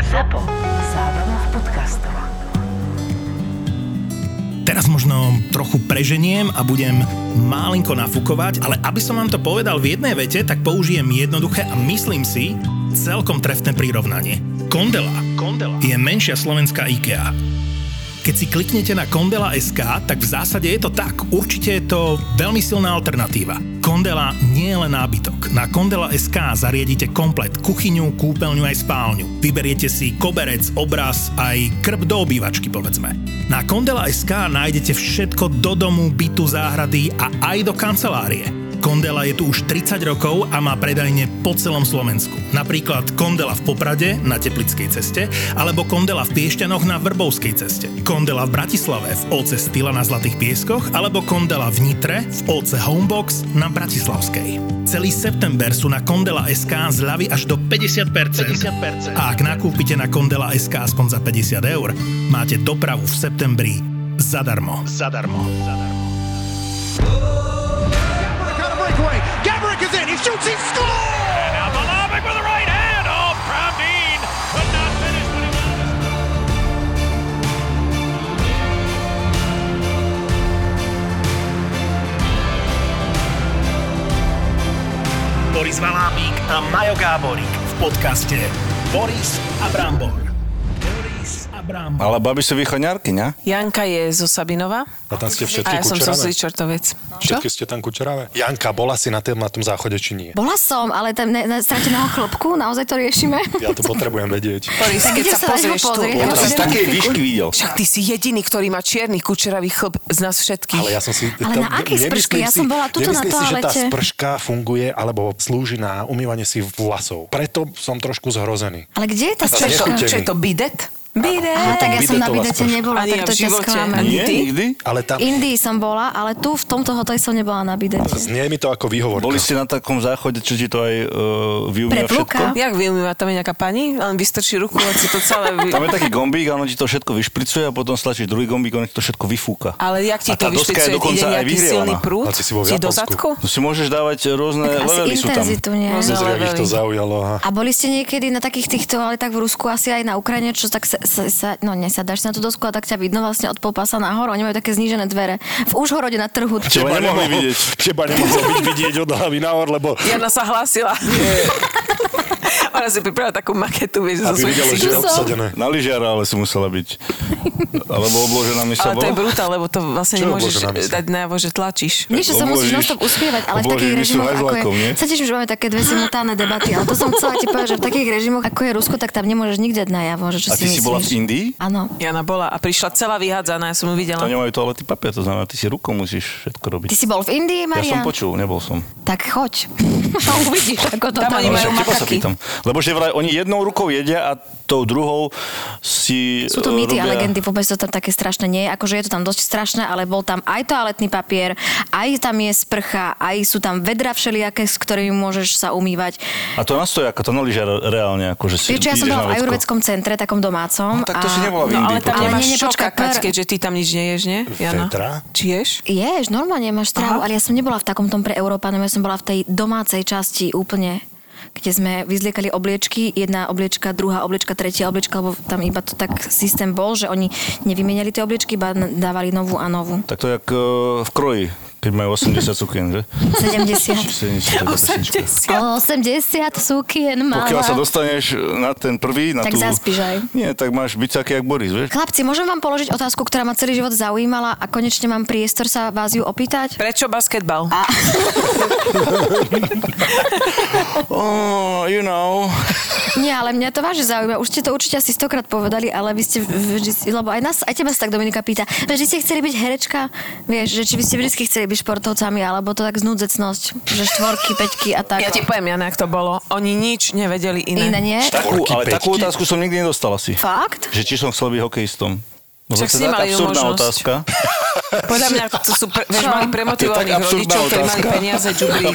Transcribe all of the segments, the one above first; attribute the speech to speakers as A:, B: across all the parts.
A: ZAPO. Zábrná v podcastov.
B: Teraz možno trochu preženiem a budem malinko nafúkovať, ale aby som vám to povedal v jednej vete, tak použijem jednoduché a myslím si celkom trefné prirovnanie. Kondela, Kondela je menšia slovenská IKEA. Keď si kliknete na Kondela.sk, tak v zásade je to tak. Určite je to veľmi silná alternatíva. Kondela nie je len nábytok. Na Kondela.sk zariadíte komplet kuchyňu, kúpeľňu aj spálňu. Vyberiete si koberec, obraz, aj krb do obývačky, povedzme. Na Kondela.sk nájdete všetko do domu, bytu, záhrady a aj do kancelárie. Kondela je tu už 30 rokov a má predajne po celom Slovensku. Napríklad Kondela v Poprade na Teplickej ceste alebo Kondela v Piešťanoch na Vrbovskej ceste. Kondela v Bratislave v OC Stila na Zlatých pieskoch alebo Kondela v Nitre v OC Homebox na Bratislavskej. Celý september sú na Kondela SK zľavy až do 50%. 50%. A ak nakúpite na Kondela SK aspoň za 50 eur, máte dopravu v septembri zadarmo. Zadarmo. Zadarmo.
C: Got a breakaway. Gabrick is in. He shoots. He scores.
D: Now Malabic with the right hand. Oh, Pravdeen could not finish what he wanted.
B: Boris Valábík a Majo Gáborík v podcaste Boris a Brambor. Boris a Brambor.
E: Ale babi sú východňarky, ne?
F: Janka je zo Sabinova
G: A tam ste všetky
F: a ja som zo
G: kučeravé?
F: Sličortoviec. Čo?
G: Všetky ste tam kučeravé? Janka, bola si na, tém, na tom záchode či nie?
H: Bola som, ale tam ne, ne, strateného chlopku, naozaj to riešime.
G: Ja to potrebujem vedieť.
F: Boris,
H: Tak
F: keď
H: idem
F: sa
H: sa na neho
F: pozrieš tu.
H: pozrieť.
E: Ja to si z takej výšky videl.
F: Však ty si jediný, ktorý má čierny kučeravý chlb z nás všetkých.
G: Ale ja som si...
H: Ale na akej
G: nemyslím
H: sprške? Ja som bola tuto
G: nemyslím
H: na
G: si, že tá
H: toalete.
G: sprška funguje alebo slúži na umývanie si vlasov. Preto som trošku zhrozený.
H: Ale kde je tá
G: A
F: čo, je to,
H: sprška?
G: nechutený.
F: čo je to, bidet? Bidet!
H: Aha, tak ja som na
G: Bidetová
H: bidete
G: sprška.
H: nebola,
F: Ani
H: tak
F: ja
H: to
F: v
H: ťa
F: živote.
H: sklame.
F: Ani
E: Nie,
F: ty?
E: nikdy?
G: Ale tam...
H: V Indii som bola, ale tu v tomto hoteli som nebola na bidete.
G: Znie mi to ako výhovorka.
E: Boli ste na takom záchode, čo ti to aj uh, vyumýva všetko?
H: Preplúka.
F: Jak vyumýva tam je nejaká pani? Len vystrčí ruku a si to celé... Vy...
E: Tam je taký gombík a ono ti to všetko vyšpricuje a potom stlačíš druhý gombík a ono ti to všetko vyfúka.
F: Ale jak ti
E: A tá
F: to
E: doska
F: vyšpicuje?
E: je
F: Ide
E: dokonca aj
F: nejaký silný
E: vyhrievaná.
F: prúd?
G: A ty si bol v
F: do
G: Japonsku.
F: zadku?
E: No Si môžeš dávať rôzne
H: Tak
E: levely
H: asi
E: sú tam.
H: intenzitu, nie?
F: No,
G: Nezrie, ak ich to
F: veľmi.
G: zaujalo. aha.
H: A boli ste niekedy na takých tých toaletách v Rusku, asi aj na Ukrajine, čo tak sa, sa, sa no nesadáš si na tú dosku a tak ťa vidno vlastne od polpasa nahor, oni majú také znížené dvere. V Užhorode na trhu.
E: Teba nemohli
G: nemohol-
E: vidieť.
G: Teba nemohol byť vidieť od hlavy nahor, lebo
F: Jana sa hlásila. Ona si pripravila takú maketu, vieš, zo
G: aby
F: svojich
G: videlo, že je
F: cigov.
H: som.
G: obsadené.
E: Na lyžiara ale si musela byť. Alebo obložená mi sa
F: Ale to je
E: bola.
F: brutál, lebo to vlastne
G: Čo je
F: nemôžeš
G: obložená mysľ?
F: dať najavo, že tlačíš.
H: Nie, že sa musíš
E: Obložíš-
H: non-stop usmievať, ale v
E: obložíš
H: takých
E: mysl
H: režimoch, ako je...
E: hajzlákom, nie?
H: Sa tiež, že máme také dve simultánne debaty, ale to som chcela ti povedať, že v takých režimoch, ako je Rusko, tak tam nemôžeš nikde dať najavo, že čo
E: A
H: si
E: ty si bola
H: myslíš.
E: v Indii?
H: Áno.
F: Jana bola a prišla celá vyhádzaná, ja som ju
E: Tam
F: videla.
E: nemajú toalety papier, to znamená, ty si rukou musíš všetko robiť.
H: Ty si bol v Indii,
E: Ja som
H: Maria?
E: počul, nebol som.
H: Tak choď. A Uvidíš, ako to
F: Tam
H: tam,
F: oni
H: je.
F: majú
E: však teba sa
F: makaky.
E: pýtam. Lebo že vraj oni jednou rukou jedia a tou druhou si
H: Sú to
E: e,
H: mýty a
E: robia-
H: legendy, vôbec to tam také strašné nie je. Akože je to tam dosť strašné, ale bol tam aj toaletný papier, aj tam je sprcha, aj sú tam vedra všelijaké, s ktorými môžeš sa umývať.
E: A to nastojí, ako to na lyžiar reálne, akože si
H: Vieš, čo, ja som
E: ideš
H: bola
E: na
H: v
E: vecko.
H: ajurvedskom centre, takom domácom.
E: No, tak to si nebola v
F: No ale
E: Indii.
F: tam
E: potom.
H: Ale
F: nemáš
H: nie, nie,
F: čo
H: počkaj,
F: kakať,
H: per-
F: keďže ty tam nič neješ, nie? Jana?
G: Vetra?
F: Či ješ?
H: Ješ, normálne máš trávu, ale ja som nebola v takom tom pre Európanov, ja som bola v tej domácej časti úplne kde sme vyzliekali obliečky, jedna obliečka, druhá obliečka, tretia obliečka, lebo tam iba to tak systém bol, že oni nevymenili tie obliečky, iba n- dávali novú a novú.
E: Tak to je jak e, v kroji, keď majú 80 sukien, že?
H: 70.
E: Či 70, to je pesnička.
H: 80 sukien malá.
E: Pokiaľ sa dostaneš na ten prvý, na
H: Tak
E: tú...
H: zaspíš aj.
E: Nie, tak máš byť taký jak Boris, vieš?
H: Chlapci, môžem vám položiť otázku, ktorá ma celý život zaujímala a konečne mám priestor sa vás ju opýtať?
F: Prečo basketbal?
E: Oh, you know.
H: Nie, ale mňa to vážne zaujíma. Už ste to určite asi stokrát povedali, ale vy ste vždy, si- lebo aj nás, aj teba sa tak Dominika pýta, že ste chceli byť herečka, vieš, že či by ste vždy chceli byť športovcami, alebo to tak znúdzecnosť, že štvorky, peťky a tak.
F: Ja ti poviem, Jana, jak to bolo. Oni nič nevedeli iné.
H: Iné nie?
E: Takú, ale
G: peťky.
E: takú otázku som nikdy nedostal asi.
H: Fakt?
E: Že či som chcel byť hokejistom. No
F: Však
E: to
F: si
E: je taká
F: nemali inú
E: absurdná
F: možnosť.
E: otázka.
F: Podľa mňa to sú, pre, vieš, mali premotivovaných
E: To je tak absurdná
F: rodičov, ktorí mali
E: otázka.
F: peniaze, džublík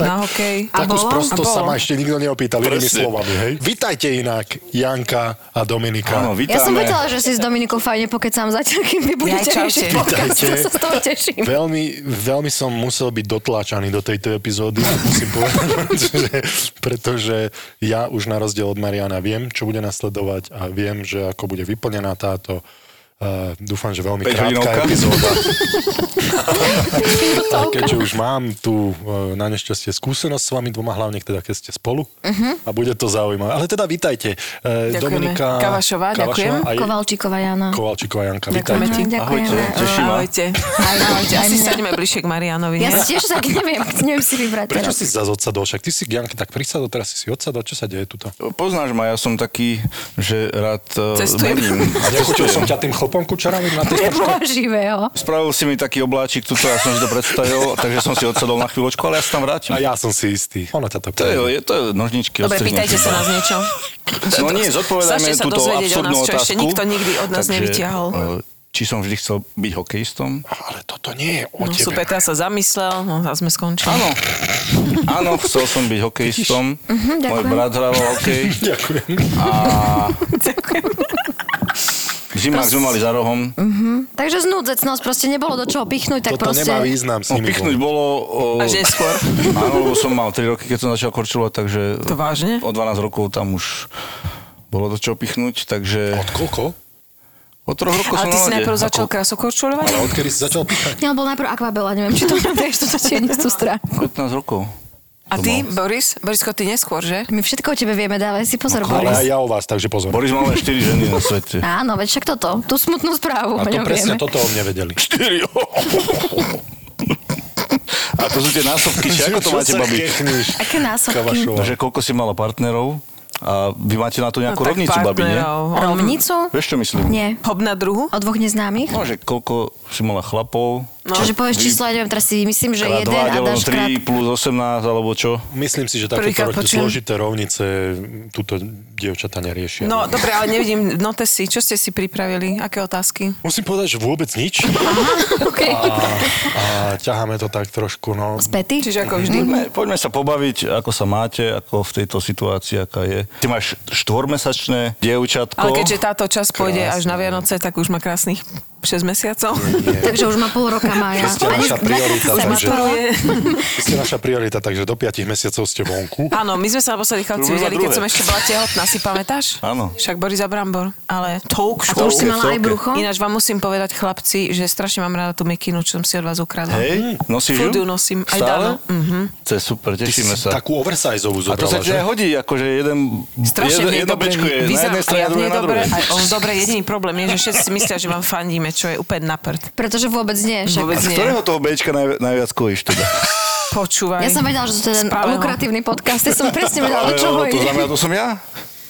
F: na hokej.
H: A
G: Takú
H: bolo?
G: sprosto
F: A bolo?
G: sa ma ešte nikto neopýtal inými
E: Presne.
G: slovami, hej? Vítajte inak, Janka a Dominika.
E: Áno, vítame.
H: Ja som vedela, že si s Dominikou fajne pokecám zatiaľ, kým vy budete
F: čaute.
H: riešiť podcast.
G: Vítajte.
H: Ja sa z toho teším.
G: Veľmi, veľmi som musel byť dotláčaný do tejto epizódy, musím povedať, pretože, pretože ja už na rozdiel od Mariana viem, čo bude nasledovať a viem, že ako bude vyplnená táto Uh, dúfam, že veľmi
E: Päť
G: krátka
E: hodinovka.
G: epizóda. Aj keďže už mám tu uh, na nešťastie skúsenosť s vami dvoma, hlavne teda, keď ste spolu. Uh-huh. A bude to zaujímavé. Ale teda vítajte. Uh,
F: Mhm. Ďakujeme.
G: Dominika
F: Kavašová, ďakujem.
G: a je-
H: Kovalčíková Jana.
G: Kovalčíková Janka,
F: Ďakujeme
G: vítajte.
F: ti.
H: Ďakujeme.
E: Ahojte, teším ma.
F: No, Ahojte. Ahojte. Asi
H: mňa.
F: sadíme bližšie k Marianovi.
H: Ja
F: nie?
H: si tiež tak neviem, neviem si vybrať teraz.
G: Prečo si zase odsadol? Však ty si k Janke tak prisadol, teraz si si odsadol. Čo sa deje tuto?
E: Poznáš ma, ja som taký, že rád eh,
F: Cestujem.
E: mením.
G: A nechutil som ťa tým chlopom kučaravým na tej
H: Nebola živého.
E: Spravil si mi taký obláčik, tuto ja som si to predstavil, takže som si odsadol na chvíľočku, ale ja sa tam vrátim.
G: A ja som si istý. Ono ťa to
E: To je, je, to je nožničky.
F: Dobre,
E: odstrihnem
F: pýtajte
E: si
F: sa
E: to.
F: nás niečo.
E: No nie,
F: Snažte
E: zodpovedajme
F: sa
E: túto
F: dozvedieť o nás,
E: absurdnú
F: čo ešte
E: otázku.
F: nikto nikdy od nás nevyťahol.
E: eh, Či som vždy chcel byť hokejistom?
G: Ale toto nie je o
F: No
G: tebe.
F: super, teraz sa zamyslel, no a sme skončili.
E: Áno. Áno, chcel som byť hokejistom. Môj
H: ďakujem.
E: brat hrával hokej.
G: Ďakujem.
E: Zimák sme mali za rohom.
F: Mm.
H: Takže znúdzecnosť, proste nebolo do čoho pichnúť, tak
G: Toto
H: proste...
G: nemá význam s
E: No,
G: nimi.
E: pichnúť bolo... O...
F: Až neskôr.
E: Áno, lebo som mal 3 roky, keď som začal korčulovať, takže...
F: To vážne?
E: O 12 rokov tam už bolo do čoho pichnúť, takže...
G: Od koľko?
E: Od troch rokov
F: Ale
E: som
F: ty
E: na
F: si
E: lade.
F: najprv začal
E: no, Ako
F: krasokorčulovať?
G: Odkedy si začal píchať?
H: Ja bol najprv akvabela, neviem, či to vieš, toto tie z tú stránku.
E: 15 rokov.
F: A
E: To
F: ty,
E: mal.
F: Boris? Borisko, ty neskôr, že?
H: My všetko o tebe vieme, dávaj si pozor,
G: Ale
H: Boris.
G: aj ja o vás, takže pozor.
E: Boris mal len 4 ženy na svete.
H: Áno, veď však toto, tú smutnú správu
G: A
H: o
G: to
H: ňom vieme.
G: presne toto o mne vedeli.
E: 4. A to sú tie násobky, či ako to
G: Čo
E: máte,
G: sa
E: babi?
G: kechníš,
H: Aké násobky.
G: Kavašová?
E: Že koľko si mala partnerov a vy máte na to
F: No
E: nejakú
F: tak
E: rovnicu, babi, nie?
F: partnerov.
H: Rovnicu?
E: Vieš, čo myslím?
H: Nie.
F: Hob na druhu?
H: O dvoch neznámych?
E: No, že koľko si mala chlapov,
F: No.
H: Čiže povieš
E: Vy-
H: číslo, ja neviem, teraz si myslím, že
E: krát 2
H: jeden a
E: deleno
H: dáš krát
E: 3 plus 18, alebo čo?
G: Myslím si, že
F: Prvýkrát
G: takéto ro-
F: počujem.
G: zložité rovnice túto dievčata neriešia.
F: No, dobre, ale nevidím notesy. Čo ste si pripravili? Aké otázky?
G: Musím povedať, že vôbec nič.
H: okay.
G: A ťaháme to tak trošku, no.
H: späty.
F: Čiže ako vždy?
E: Poďme, poďme sa pobaviť, ako sa máte, ako v tejto situácii, aká je. Ty máš štvormesačné dievčatko.
F: Ale keďže táto čas pôjde až na Vianoce, tak už má krásnych 6 mesiacov.
E: Mhm.
H: Takže už má pol roka Maja.
G: Ste naša priorita,
H: Ani-
G: takže,
F: Maturuje.
G: ste naša priorita, takže do 5 mesiacov ste vonku.
F: Áno, my sme sa naposledy chlapci
E: Druhé za
F: videli, keď
E: druhé.
F: som ešte bola tehotná, si pamätáš?
E: Áno.
F: Však Boris a Brambor, ale talk
H: A
F: show.
H: to už si
E: Stovke,
H: mala aj
E: stovke.
H: brucho?
F: Ináč vám musím povedať, chlapci, že strašne mám rada tú mikinu, čo som si od vás ukradla.
E: Hej, nosíš
F: Furt ju
E: ju?
F: nosím, aj Dano.
E: Stále?
F: Mhm.
E: To je super, tešíme sa.
G: Takú oversizeovú
E: A to sa
G: zobrala,
E: ti
G: že?
E: aj hodí, akože jeden,
F: Strašne
E: jedno,
F: v nej
E: jedno
F: dobre
E: bečko je na
F: vyzerá
E: jednej
F: a
E: strane,
F: ja v
E: druhé
F: nej
E: na
F: dobre,
E: druhej.
F: aj on dobre, jediný problém je, že všetci si myslia, že vám fandíme, čo je úplne na prd.
H: Pretože vôbec nie. Však.
F: Vôbec
E: A z
F: nie.
E: ktorého toho bečka naj, najviac kojíš teda?
F: Počúvaj.
H: Ja som vedela, že to je ten
F: Správneho.
H: lukratívny podcast. Ja som presne vedela, do čoho
E: to
H: ide.
E: znamená, to som ja?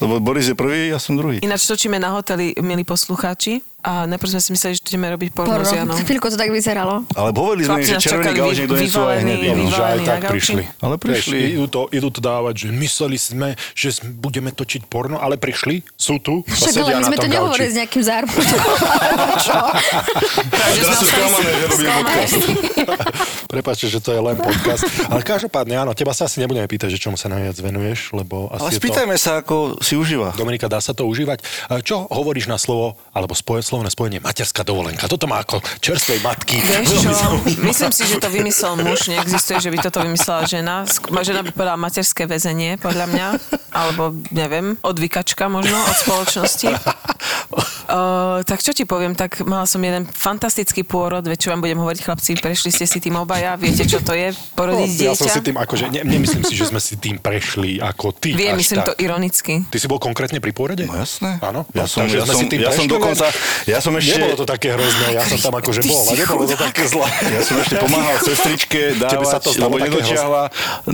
E: Lebo Boris je prvý, ja som druhý.
F: Ináč točíme na hoteli, milí poslucháči. A najprv sme si mysleli, že to ideme robiť porno
H: Poro.
F: s Janou.
H: Chvíľku to tak vyzeralo.
E: Ale hovorili sme im,
F: Chlapci
E: že
F: nás
E: červený
F: čakali
E: gauč
F: vy-
E: niekto nesú aj hneď.
F: vyvalený,
E: no.
F: vyvalený.
G: že aj
F: na
G: tak
F: gauči.
G: prišli.
E: Ale prišli.
G: Vieš, idú, to, idú to dávať, že mysleli sme, že s- budeme točiť porno, ale prišli, sú tu a
H: Však ale
G: sedia
H: my
G: na
H: sme to
G: tom
H: nehovorili s
G: gauči.
H: nejakým zármutom. alebo čo?
E: Teraz sú sklamané, že robím podcast.
G: Prepačte, že to je len podcast. Ale každopádne, áno, teba sa asi nebudeme pýtať, že čomu sa najviac venuješ, lebo asi
E: Ale
G: je
E: spýtajme sa, ako si užíva.
G: to... Dominika, dá sa to užívať? E, Čo hovoríš na slovo, alebo spoje, slovné spojenie materská dovolenka? Toto má ako čerstvej matky.
F: Vieš
G: Veľmi
F: čo?
G: zaujímavé.
F: Myslím si, že to vymyslel muž. Neexistuje, že by toto vymyslela žena. Sk- ma- Žena by povedala materské väzenie, podľa mňa. Alebo, neviem, odvykačka možno od spoločnosti. Uh, tak čo ti poviem, tak mala som jeden fantastický pôrod, veď čo vám budem hovoriť, chlapci, prešli ste si tým obaja, viete, čo to je, porodiť dieťa.
G: No, Ja som si tým akože, ne, nemyslím si, že sme si tým prešli ako ty.
F: Viem,
G: až
F: myslím
G: tak.
F: to ironicky.
G: Ty si bol konkrétne pri pôrode?
E: No jasné.
G: Áno.
E: Ja
G: No,
E: som,
G: takže
E: ja
G: sme
E: som,
G: si tým
E: ja som
G: prešli,
E: dokonca, ja som
G: Ešte...
E: ešte...
G: Nebolo to také hrozné, ja som tam akože bol, a nebolo to také zlé.
E: Ja som ešte pomáhal sestričke dávať,
G: Tebe sa to stalo
E: lebo
G: také
E: nedočiahla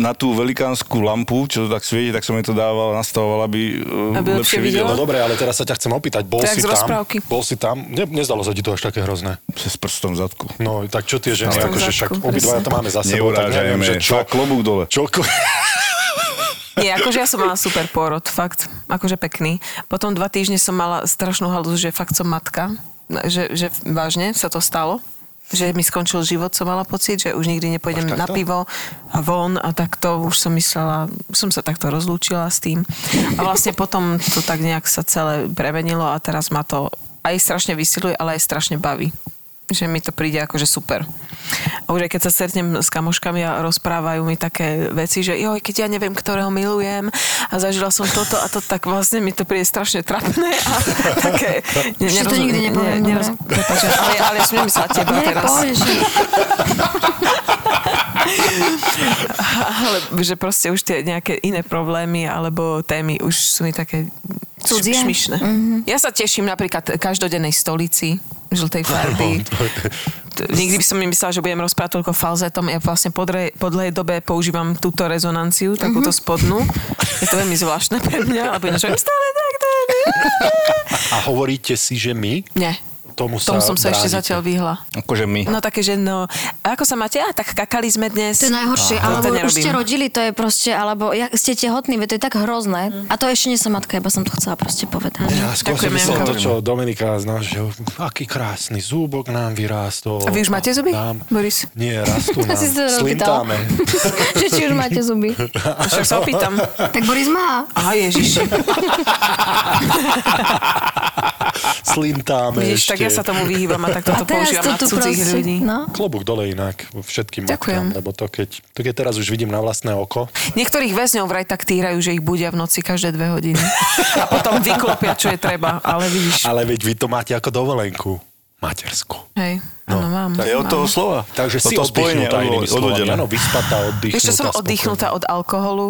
E: na tú velikánsku lampu, čo to tak svieti, tak som jej to dával, nastavoval, aby, eh,
F: Aby lepšie
E: lepšie videla.
G: No dobre, ale teraz sa ťa chcem opýtať, bol
F: To je
G: si
F: jak z
G: tam,
F: rozprávky.
G: bol si tam, ne, nezdalo sa ti to až také hrozné.
E: S prstom v zadku.
G: No, tak čo tie ženy,
F: Prstom v
G: akože
F: zadku,
G: však
F: presne.
G: obidvaja to máme za sebou, tak neviem,
E: Neurážajme,
G: že čo,
E: fakt klobúk dole.
G: čo,
F: Nie, akože ja som mala super pôrod, fakt, akože pekný. Potom dva týždne som mala strašnú halúz, že fakt som matka, že, že vážne sa to stalo. že mi skončil život, som mala pocit, že už nikdy nepôjdem
G: Až
F: na
G: takto?
F: pivo a von a takto už som myslela, som sa takto rozlúčila s tým. A vlastne potom to tak nejak sa celé premenilo a teraz ma to aj strašne vysiluje, ale aj strašne baví že mi to príde akože super. A už aj keď sa stretnem s kamoškami a rozprávajú mi také veci, že joj, keď ja neviem, ktorého milujem a zažila som toto a to, tak vlastne mi to príde strašne trapné a také... Ne,
H: Ešte to nikdy nepoviem, dobre.
F: prepáč, ale, ale som nemyslela teba
H: Nie,
F: teraz.
H: povieš.
F: Ale že proste už tie nejaké iné problémy alebo témy už sú mi také
H: Cudzie? Mhm.
F: š- šmišné. Ja sa teším napríklad každodennej stolici žltej farby. T- Nikdy by som nemyslela, že budem rozprávať toľko falzetom. Ja vlastne po, dre, po dlhej dobe používam túto rezonanciu, takúto
H: Mhm.
F: spodnú. Je to veľmi zvláštne pre mňa, lebo ináč hovorím stále takto.
G: A hovoríte si, že my?
F: Nie.
G: Tomu sa
F: Tomu som sa ešte
G: bránite.
F: zatiaľ vyhla.
E: Akože my.
F: No také, že no, a ako sa máte? A tak kakali sme dnes.
H: To je najhoršie,
F: Á,
H: alebo
F: to
H: už
F: nerobím.
H: ste rodili, to je proste, alebo ja, ste tehotní, veď to je tak hrozné. A to ešte nie som matka, iba som to chcela proste povedať.
G: Ja skôr som
F: Ďakujem,
G: myslel
F: Janko.
G: to, čo Dominika znal, že aký krásny zúbok nám vyrástol.
F: A vy už máte zuby,
G: Nám,
F: Boris?
G: nie, rastú nám.
H: si to dopýtal.
G: Slintáme.
H: že či už máte zuby.
F: Však sa opýtam.
H: Tak Boris má.
F: Aha, Ježiši.
G: Slintáme
F: Vidíš,
G: No
F: tak
G: ešte.
F: ja sa tomu vyhýbam a takto to
H: teraz
F: používam na cudzích ľudí.
H: No.
G: Klobúk dole inak všetkým
F: Ďakujem.
G: matkám, lebo to keď, to keď teraz už vidím na vlastné oko,
F: Niektorých väzňov vraj tak týrajú, že ich budia v noci každé dve hodiny. A potom vyklopia, čo je treba. Ale vidíš,
G: ale veď vy to máte ako dovolenku. Matersku.
F: hej,
G: No,
F: áno, mám.
E: To je od
F: mám.
E: toho slova.
G: Takže
E: Od
G: si
E: toho spojenia
G: oddychnutá
E: od-
G: inými slovami.
E: odvodené.
G: Áno, vyspatá, oddychnutá.
F: Vieš, čo som
G: spokojná.
F: oddychnutá od alkoholu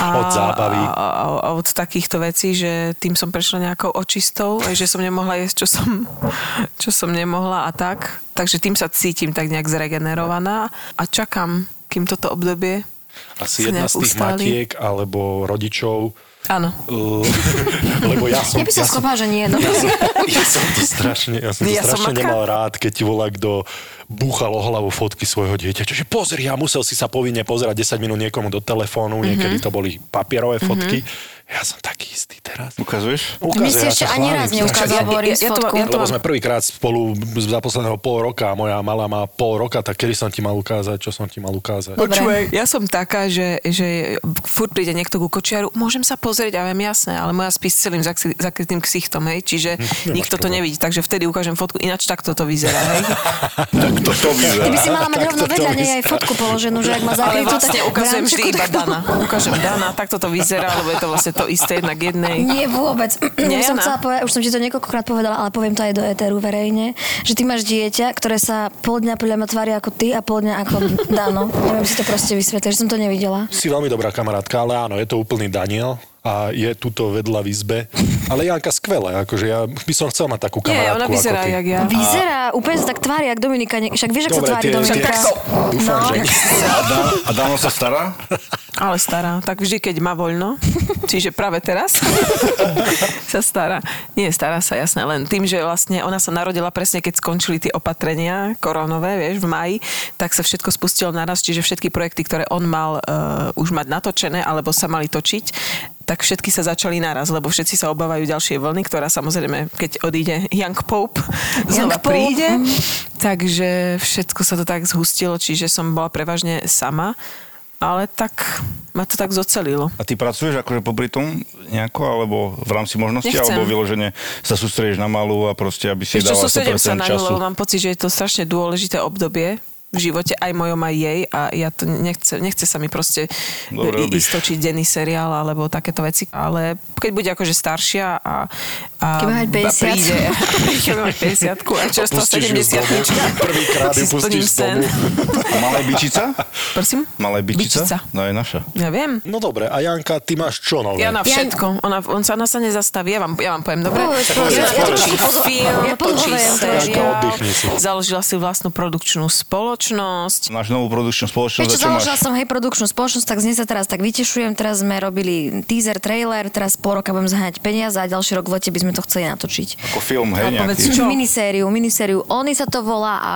G: a, od zábavy.
F: A, a, a od takýchto vecí, že tým som prešla nejakou očistou, aj že som nemohla jesť, čo som, čo som nemohla a tak. Takže tým sa cítim tak nejak zregenerovaná a čakám, kým toto obdobie
G: Asi
F: sa
G: jedna
F: nejak
G: z tých
F: ustáli.
G: matiek alebo rodičov,
F: Áno.
G: l- lebo ja
H: Ja
G: som,
H: by som
G: ja som,
H: schopná, že nie. No.
G: ja som to strašne, ja som to
F: Ja som
G: strašne
F: matka.
G: nemal rád, keď ti volá, kto búchal o hlavu fotky svojho dieťaťa. Čiže pozri, ja musel si sa povinne pozerať 10 minút niekomu do
H: Mhm.
G: telefónu, niekedy to boli papierové fotky. Ja som taký istý teraz.
E: Ukazuješ?
H: My si
G: ja
H: ešte
G: sa
H: ani
G: chválim,
H: raz
G: strašne.
H: neukázal Boris
F: Ja- ja to-
H: fotku.
F: ja to-
G: Lebo sme prvýkrát spolu za posledného pol roka a moja malá má pol roka, tak kedy som ti mal ukázať, čo som ti mal ukázať.
H: Dobre.
F: Ja som taká, že, že furt príde niekto ku kočiaru, môžem sa pozrieť, a viem jasné, ale moja spí s celým zakry- zakrytým ksichtom, hej, čiže nikto to
G: problém.
F: nevidí, takže vtedy ukážem fotku, ináč takto to vyzerá, hej.
E: Tak to, to vyzerá.
H: Ty by si mala mať
G: Tak
H: rovno
G: to- to
H: vedľa
G: by
H: nej
G: sa-
H: aj fotku položenú, že ak má
F: Ale
H: zakrytú, tak
F: vlastne ukazujem vždy
H: Brančeku
F: iba
H: takú-
F: Dana. Ukážem Dana, takto to vyzerá, lebo je to vlastne to isté jednak jednej.
H: Nie, vôbec.
F: Nie,
H: už, som
F: Jana?
H: chcela povedať, už som ti to niekoľkokrát povedala, ale poviem to aj do éteru verejne, že ty máš dieťa, ktoré sa pol dňa podľa mňa tvári ako ty a pol dňa ako Dano. Neviem si to proste vysvetliť, že som to nevidela.
G: Si veľmi dobrá kamarátka, ale áno, je to úplný Daniel a je tuto vedľa v izbe. Ale Janka skvelé, akože ja by som chcel mať takú kamarátku
F: Nie, ona vyzerá
G: ako ty.
F: jak ja.
H: Vyzerá úplne sa tak tvári, jak Dominika. Ne- Však vieš, ak sa
G: Dobre,
H: tvári
G: tie,
H: Dominika.
G: tie, dúfam,
H: no,
G: že nie.
E: A, Dan, a Dano sa stará?
F: Ale stará, tak vždy, keď má voľno, čiže práve teraz sa stará. Nie, stará sa, jasné, len tým, že vlastne ona sa narodila presne, keď skončili tie opatrenia koronové, vieš, v maji, tak sa všetko spustilo naraz, čiže všetky projekty, ktoré on mal uh, už mať natočené, alebo sa mali točiť, tak všetky sa začali naraz, lebo všetci sa obávajú ďalšej vlny, ktorá samozrejme, keď odíde Young Pope,
H: Young
F: znova
H: Pope,
F: príde.
H: mhm.
F: Takže všetko sa to tak zhustilo, čiže som bola prevažne sama. Ale tak ma to tak zocelilo.
E: A ty pracuješ akože popri tom nejako, alebo v rámci možnosti,
F: Nechcem.
E: alebo vyložene sa sústredíš na malú a proste, aby si
F: Ešte
E: dala
F: sústredím
E: 100%
F: sa na ňu,
E: času.
F: lebo mám pocit, že je to strašne dôležité obdobie v živote, aj mojom, aj jej a ja to nechce, nechce sa mi proste
G: No,
E: Dobre
F: i-
E: robíš.
F: istočiť denný seriál alebo takéto veci, ale keď bude akože staršia a, a
H: Keď bude mať
F: ba-
H: 50.
F: príde, keď bude mať 50 a čerstvo
G: Pustíš ju z
F: 70
G: domu, prvýkrát ju
F: si splním
G: pustíš z
F: sen.
G: domu.
E: A malé bičica?
F: Prosím?
E: Malé bičica?
F: Bičica.
E: No je naša.
F: Ja viem.
G: No dobre, a Janka, ty máš čo nové?
F: Ja na všetko. Ona, on sa, ona sa nezastaví. Ja vám, ja vám poviem, dobre?
H: Povedz, povedz,
F: Ja
H: ja
F: točí
H: trošku pozo-
F: film,
H: ja
F: točí
H: pozorujem to.
F: seriál,
G: Janka, oddychni si.
F: založila si vlastnú produkčnú spoločnosť, spoločnosť.
E: Máš novú produkčnú spoločnosť,
H: Vieš
E: za
H: čo,
E: čo
H: založila
E: máš?
H: som hej produkčnú spoločnosť, tak z nej sa teraz tak vytešujem. Teraz sme robili teaser, trailer, teraz po roka budem zháňať peniaze a ďalší rok v lete by sme to chceli natočiť.
E: Ako film, hej,
F: Ale povedz,
E: nejaký.
F: Čo?
H: Minisériu, minisériu. Oni sa to volá a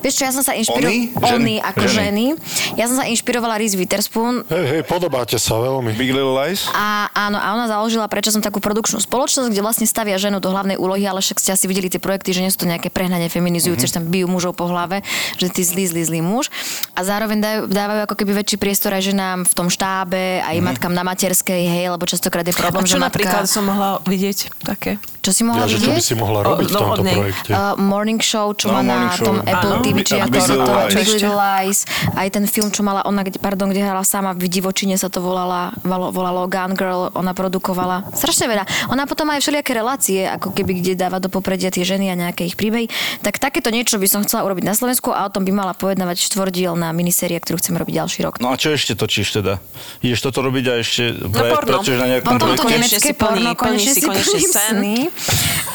H: vieš čo, ja som sa
E: Oni?
H: inšpirovala...
E: Ženy.
H: ako ženy.
E: Ženy.
H: Ja som sa inšpirovala Reese Witherspoon
G: Hej, hej, podobáte sa veľmi.
E: Big Little Lies?
H: a áno, a ona založila prečo som takú produkčnú spoločnosť, kde vlastne stavia ženu do hlavnej úlohy, ale však ste asi videli tie projekty, že nie sú to nejaké prehnane
F: Mhm.
H: feminizujúce, že tam bijú mužov po hlave, že ty zlý, zlý, zlý muž. A zároveň dajú, dávajú ako keby väčší priestor aj ženám v tom štábe, aj matkám na materskej, hej, lebo častokrát je
F: Mhm. A
H: problém, že
F: čo napríklad
H: matka...
F: som mohla vidieť také?
H: Čo si mohla
G: Ja, že čo by
H: vidieť?
G: si mohla
F: O,
G: robiť v
F: no,
G: tomto
F: od nej.
G: projekte?
H: Uh, morning show, čo má
E: No,
H: na
E: Morning Show.
H: tom Apple
F: Áno.
H: TV,
E: Bi-
H: či
E: a
H: ako
E: Big Little
H: to-
E: Lies.
H: Big
F: Ešte.
H: Little Lies, aj ten film, čo mala ona, kde, pardon, kde hrala sama v divočine, sa to volala, valo- volalo Gun Girl, ona produkovala strašne veľa. Ona potom aj všelijaké relácie, ako keby kde dáva do popredia tie ženy a nejaké ich príbehy. Tak takéto niečo by som chcela urobiť na Slovensku a o tom by mala pojednávať štvordielná miniséria, ktorú chcem robiť ďalší rok.
E: No a čo ešte točíš teda? Ideš toto robiť a ešte pre-
F: No porno. No,
E: pracuješ na nejakom
H: O tomto
E: projekte?
F: konečne
H: nemecké
F: si plní-
H: porno,
F: plní si konečne
H: plním
F: sen.
H: sny.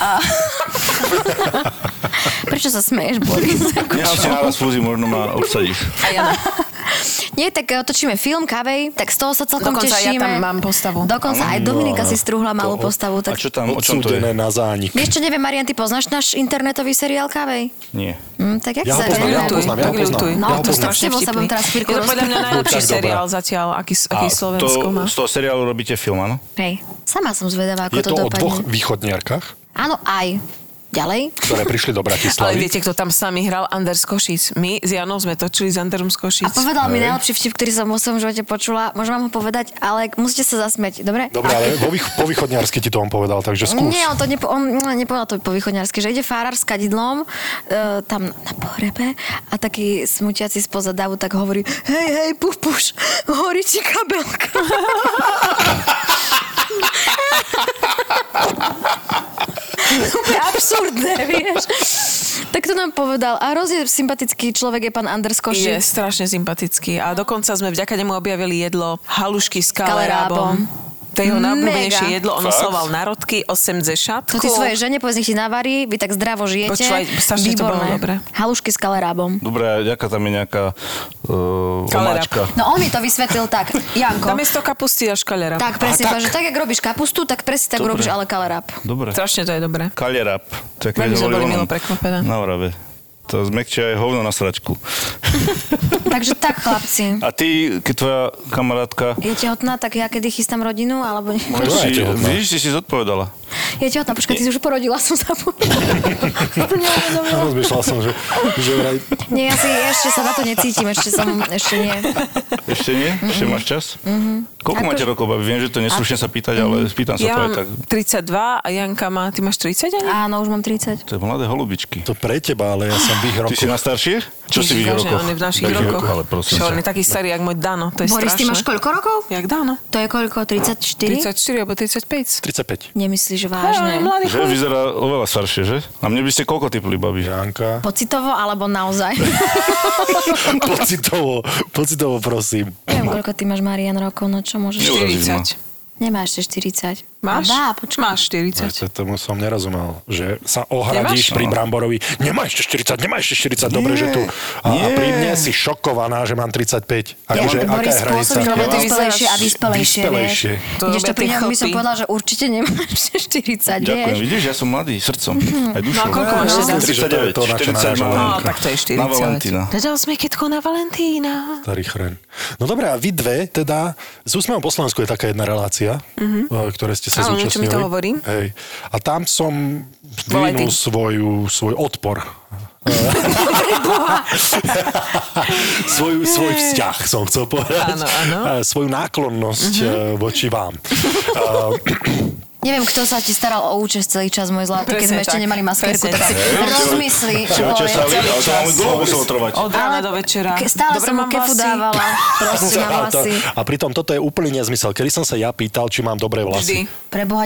H: A... Prečo sa smeješ, Boris?
E: Nechám si náraz fúzi, možno ma obsadíš.
F: A ja na-
H: Nie, tak e, točíme film Kavej, tak z toho sa celkom
F: Dokonca ja
H: tešíme.
F: tam mám postavu.
H: Dokonca aj Dominika si strúhla malú
G: To-
H: postavu.
E: A
H: Tak...
E: čo tam, o čom to
G: Odsúdené
E: je?
G: na zánik.
H: Vieš čo, neviem, Marian, ty poznáš náš internetový seriál Kavej?
E: Nie.
H: Hm, tak jak
G: Ja ho
H: sa
G: poznám, ja ho
H: jmenuje?
G: poznám, ja ho
F: tak
G: poznám.
F: ľutuj.
H: No,
G: ja ho
H: to
G: poznám.
H: strašne vtipný. sa budem teraz chvíľku
F: Je to podľa mňa
H: rozprávať.
F: najlepší
G: Tak dobrá.
F: seriál zatiaľ, aký, aký Slovensko má.
E: to, z toho seriálu robíte film, áno?
H: Hej, sama som zvedavá, ako
G: Je
H: to,
G: to o
H: dopadne.
G: dvoch východniarkách,
H: Áno, aj. Ďalej.
G: ktoré prišli do
F: Ale
G: Bratislavy.
F: viete, kto tam s nami hral? Anders Košic. My s Janou sme točili s Anderom z
H: A
F: Košic.
H: povedal mi najlepší vtip, ktorý som vo svojom živote počula. Môžem vám ho povedať, ale musíte sa zasmieť, dobre?
G: Dobre, ale vo vých, po východniarsky ti to on povedal, takže skús.
H: Nie, on to nepo, on, no, nepovedal to po východňarsky, že ide farár s kadidlom e, tam na pohrebe a taký smutiaci spoza davu tak hovorí hej, hej, puš, puš, horí ti kabelka. Úplne absurdné, vieš. Tak to nám povedal. A hrozne sympatický človek je pán Anders
F: Je
H: Košic.
F: strašne sympatický. A dokonca sme vďaka nemu objavili jedlo halušky s
H: Kalerábom.
F: kalerábom. To je jeho
H: Mega.
F: najobľúbenejšie jedlo. On
E: Fakt?
F: osloval narodky, 8 dešatku.
H: To ty svoje žene povedz, nech ti navarí, vy tak zdravo žijete.
F: Počúvaj, strašne to bolo dobré.
H: Halušky s kalerábom.
E: Dobre, jaká tam je nejaká uh,
F: Kalera.
E: omáčka?
H: No on mi to vysvetlil tak, Janko.
F: Namiesto kapusty až kalera.
H: Tak, presne, tak.
E: A
H: že tak, jak robíš kapustu, tak presne tak
E: Dobre.
H: robíš ale kalerap.
E: Dobre.
F: Strašne to je dobré.
E: Kalierap. Tak
F: Veľmi sme boli milo prekvapené.
E: Na Orave. To zmekčia aj hovno na sračku.
H: Takže tak, chlapci.
E: A ty, keď tvoja kamarátka...
H: Je tehotná, tak ja kedy chystám rodinu, alebo... nie?
E: Môžeš
G: Ktorá je
E: si,
G: tehotná?
E: vidíš, si si zodpovedala.
H: Je tehotná, počkaj, ty si už porodila, som zabudla. To neuvedomila.
G: Rozmýšľal som, že, že vraj...
H: Nie, ja si ešte sa na to necítim, ešte som, ešte nie.
E: Ešte nie?
F: Mhm.
E: Ešte máš čas? Koľko
H: Ako-
E: máte rokov, babi? Viem, že to neslušne sa pýtať, ale spýtam
F: Mhm.
E: sa
F: Ja
E: to aj
F: mám
E: tak.
F: 32 a Janka má, ty máš 30 ani?
H: Áno, už mám 30.
E: To je mladé holubičky.
G: To pre teba, ale ja som v ich
E: Ty si
G: rokoch.
E: na starších? Čo si v ich
F: Ježiš,
E: rokoch?
F: On je v našich
E: V ich
F: rokoch.
E: Ale prosím
F: Čo,
E: ťa.
F: on je taký starý, jak môj Dano. To je
H: Boris, ty
F: strašné.
H: máš koľko rokov?
F: Jak Dano?
H: To je koľko? 34?
F: 34 alebo 35.
G: 35.
H: Nemyslíš
F: Vážne.
H: vážne?
F: mladý
E: Že
F: chlap.
E: vyzerá oveľa staršie, že? A mne by ste koľko typli, babi?
G: Janka.
H: Pocitovo alebo naozaj?
G: Pocitovo, pocitovo prosím.
H: Neviem, koľko ty máš, Marian, rokov, no čo môžeš?
E: Neurazíš ma.
F: 40.
H: Nemáš ešte 40.
F: Máš?
H: A Dá, počkaj.
F: Máš 40.
G: Prečo tomu som nerozumel, že sa
F: Nemáš?
G: ohradíš pri Bramborovi. Nemá ešte 40, nemá ešte 40, dobre,
E: Nie,
G: že tu. A, a
E: nie.
G: pri mne si šokovaná, že mám 35. Akože,
H: Ja,
G: aká
H: Boris
G: je hranica?
H: pôsobí
F: Ja
H: oveľa
F: mám-
H: dospelejšie a vyspelejšie,
G: Vyspelejšie.
F: To
H: vieš. Ideš to
F: robia tí
H: pri ňom, by som
F: chlapí.
H: povedala, že určite nemáš 40,
E: Ďakujem,
H: vieš.
E: vidíš, ja som mladý srdcom, aj
F: No
E: dušou.
F: a koľko máš
G: Ja
F: teraz?
G: myslím, že to je to, na čo
E: 40
G: naráža
E: mám.
F: No,
G: Lenka.
F: tak to je 40.
E: Na Valentína.
F: Dal sme kytku na Valentína.
G: Starý chren. No dobré, a vy dve, teda, z Úsmevom po Slovensku je taká jedna relácia, mm-hmm. ktoré ste sa
F: Mhm. Áno, niečo
G: zúčastnili.
F: mi to hovorí.
G: Hej. A tam som
F: Volaj
G: vyvinul
F: ty.
G: svoju, svoj odpor. Svoju, svoj vzťah som chcel povedať.
F: Áno, áno. Mhm.
G: A Svoju náklonnosť mm-hmm. voči vám.
H: Neviem, kto sa ti staral o účest celý čas, môj zlatý, keď
F: Presne
H: sme ešte
F: tak.
H: nemali maskérku,
F: Presne
H: tak si
E: tak.
H: rozmysli, čo
E: Čo sa
H: poviem.
E: ale to vám dlho muselo trvať.
F: Od rána do večera.
H: Ke- stále som mu
F: mám
H: kefu
F: vlasy.
H: dávala. Proste na
G: a, to,
H: vlasy.
G: a pritom toto je úplný nezmysel. Kedy som sa ja pýtal, či mám dobré
F: Vždy.
G: vlasy.
H: Pre Boha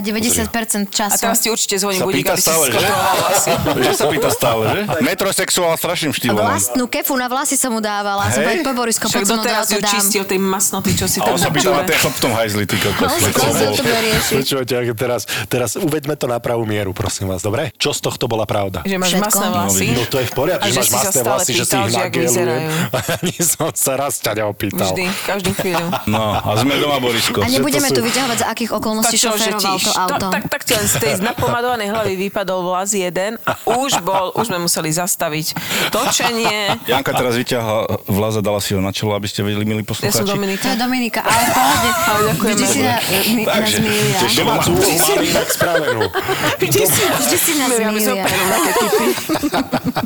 F: A
H: 90% času.
F: teraz ti určite zvoní
E: Sa
F: budík,
E: pýta
F: aby si
E: stále, že?
F: skotovala vlasy.
E: Že sa pýta stále, že? Metrosexuál strašným štýlom.
H: Vlastnú kefu na vlasy som mu dávala. Som
E: Hej.
H: povedala, po Borisko,
F: Však
H: poď som mu
F: doteraz ju
H: to dám.
F: čistil tej masnoty, čo si
E: A
F: tam
E: on sa pýta na ten chlap v tom hajzli, ty kokos.
H: On si
E: To
H: No to
E: bol-
H: rieši.
G: Počúvate, aké teraz, teraz uveďme to na pravú mieru, prosím vás, dobre? Čo z tohto bola pravda?
F: Že máš
H: Všetko?
F: masné vlasy.
G: No to je v
F: A
G: poriadku, že
F: že
G: máš
F: si sa
G: vlastné
F: stále
G: vlasy, že si
F: pýtal,
G: ich
F: že ak
G: nagelujem.
F: vyzerajú.
G: A ani som sa raz ťa neopýtal.
F: Vždy, každú chvíľu.
E: No, a sme doma, Borisko.
H: A nebudeme
G: sú-
H: tu vyťahovať, za akých okolností šoféroval to auto.
F: tak, tak ti len z tej napomadovanej hlavy vypadol vlas jeden a už bol, už sme museli zastaviť točenie.
E: Janka teraz vyťahla vlaza, dala si ho na čelo, aby ste vedeli, milí
F: Ja som
E: poslucháči.
H: To je
F: Dominika.
H: Dominika, ale pohode.
F: Ale ďakujeme.
H: Vždy si na, mi, nás
E: Takže,
H: milia.
E: teším
G: Domácu
E: sa.
G: úlohu mali tak spravenú.
F: Vždy si,
H: Vždy si nás
F: Miriam, my sme
H: milia.
F: úplne rovnaké typy.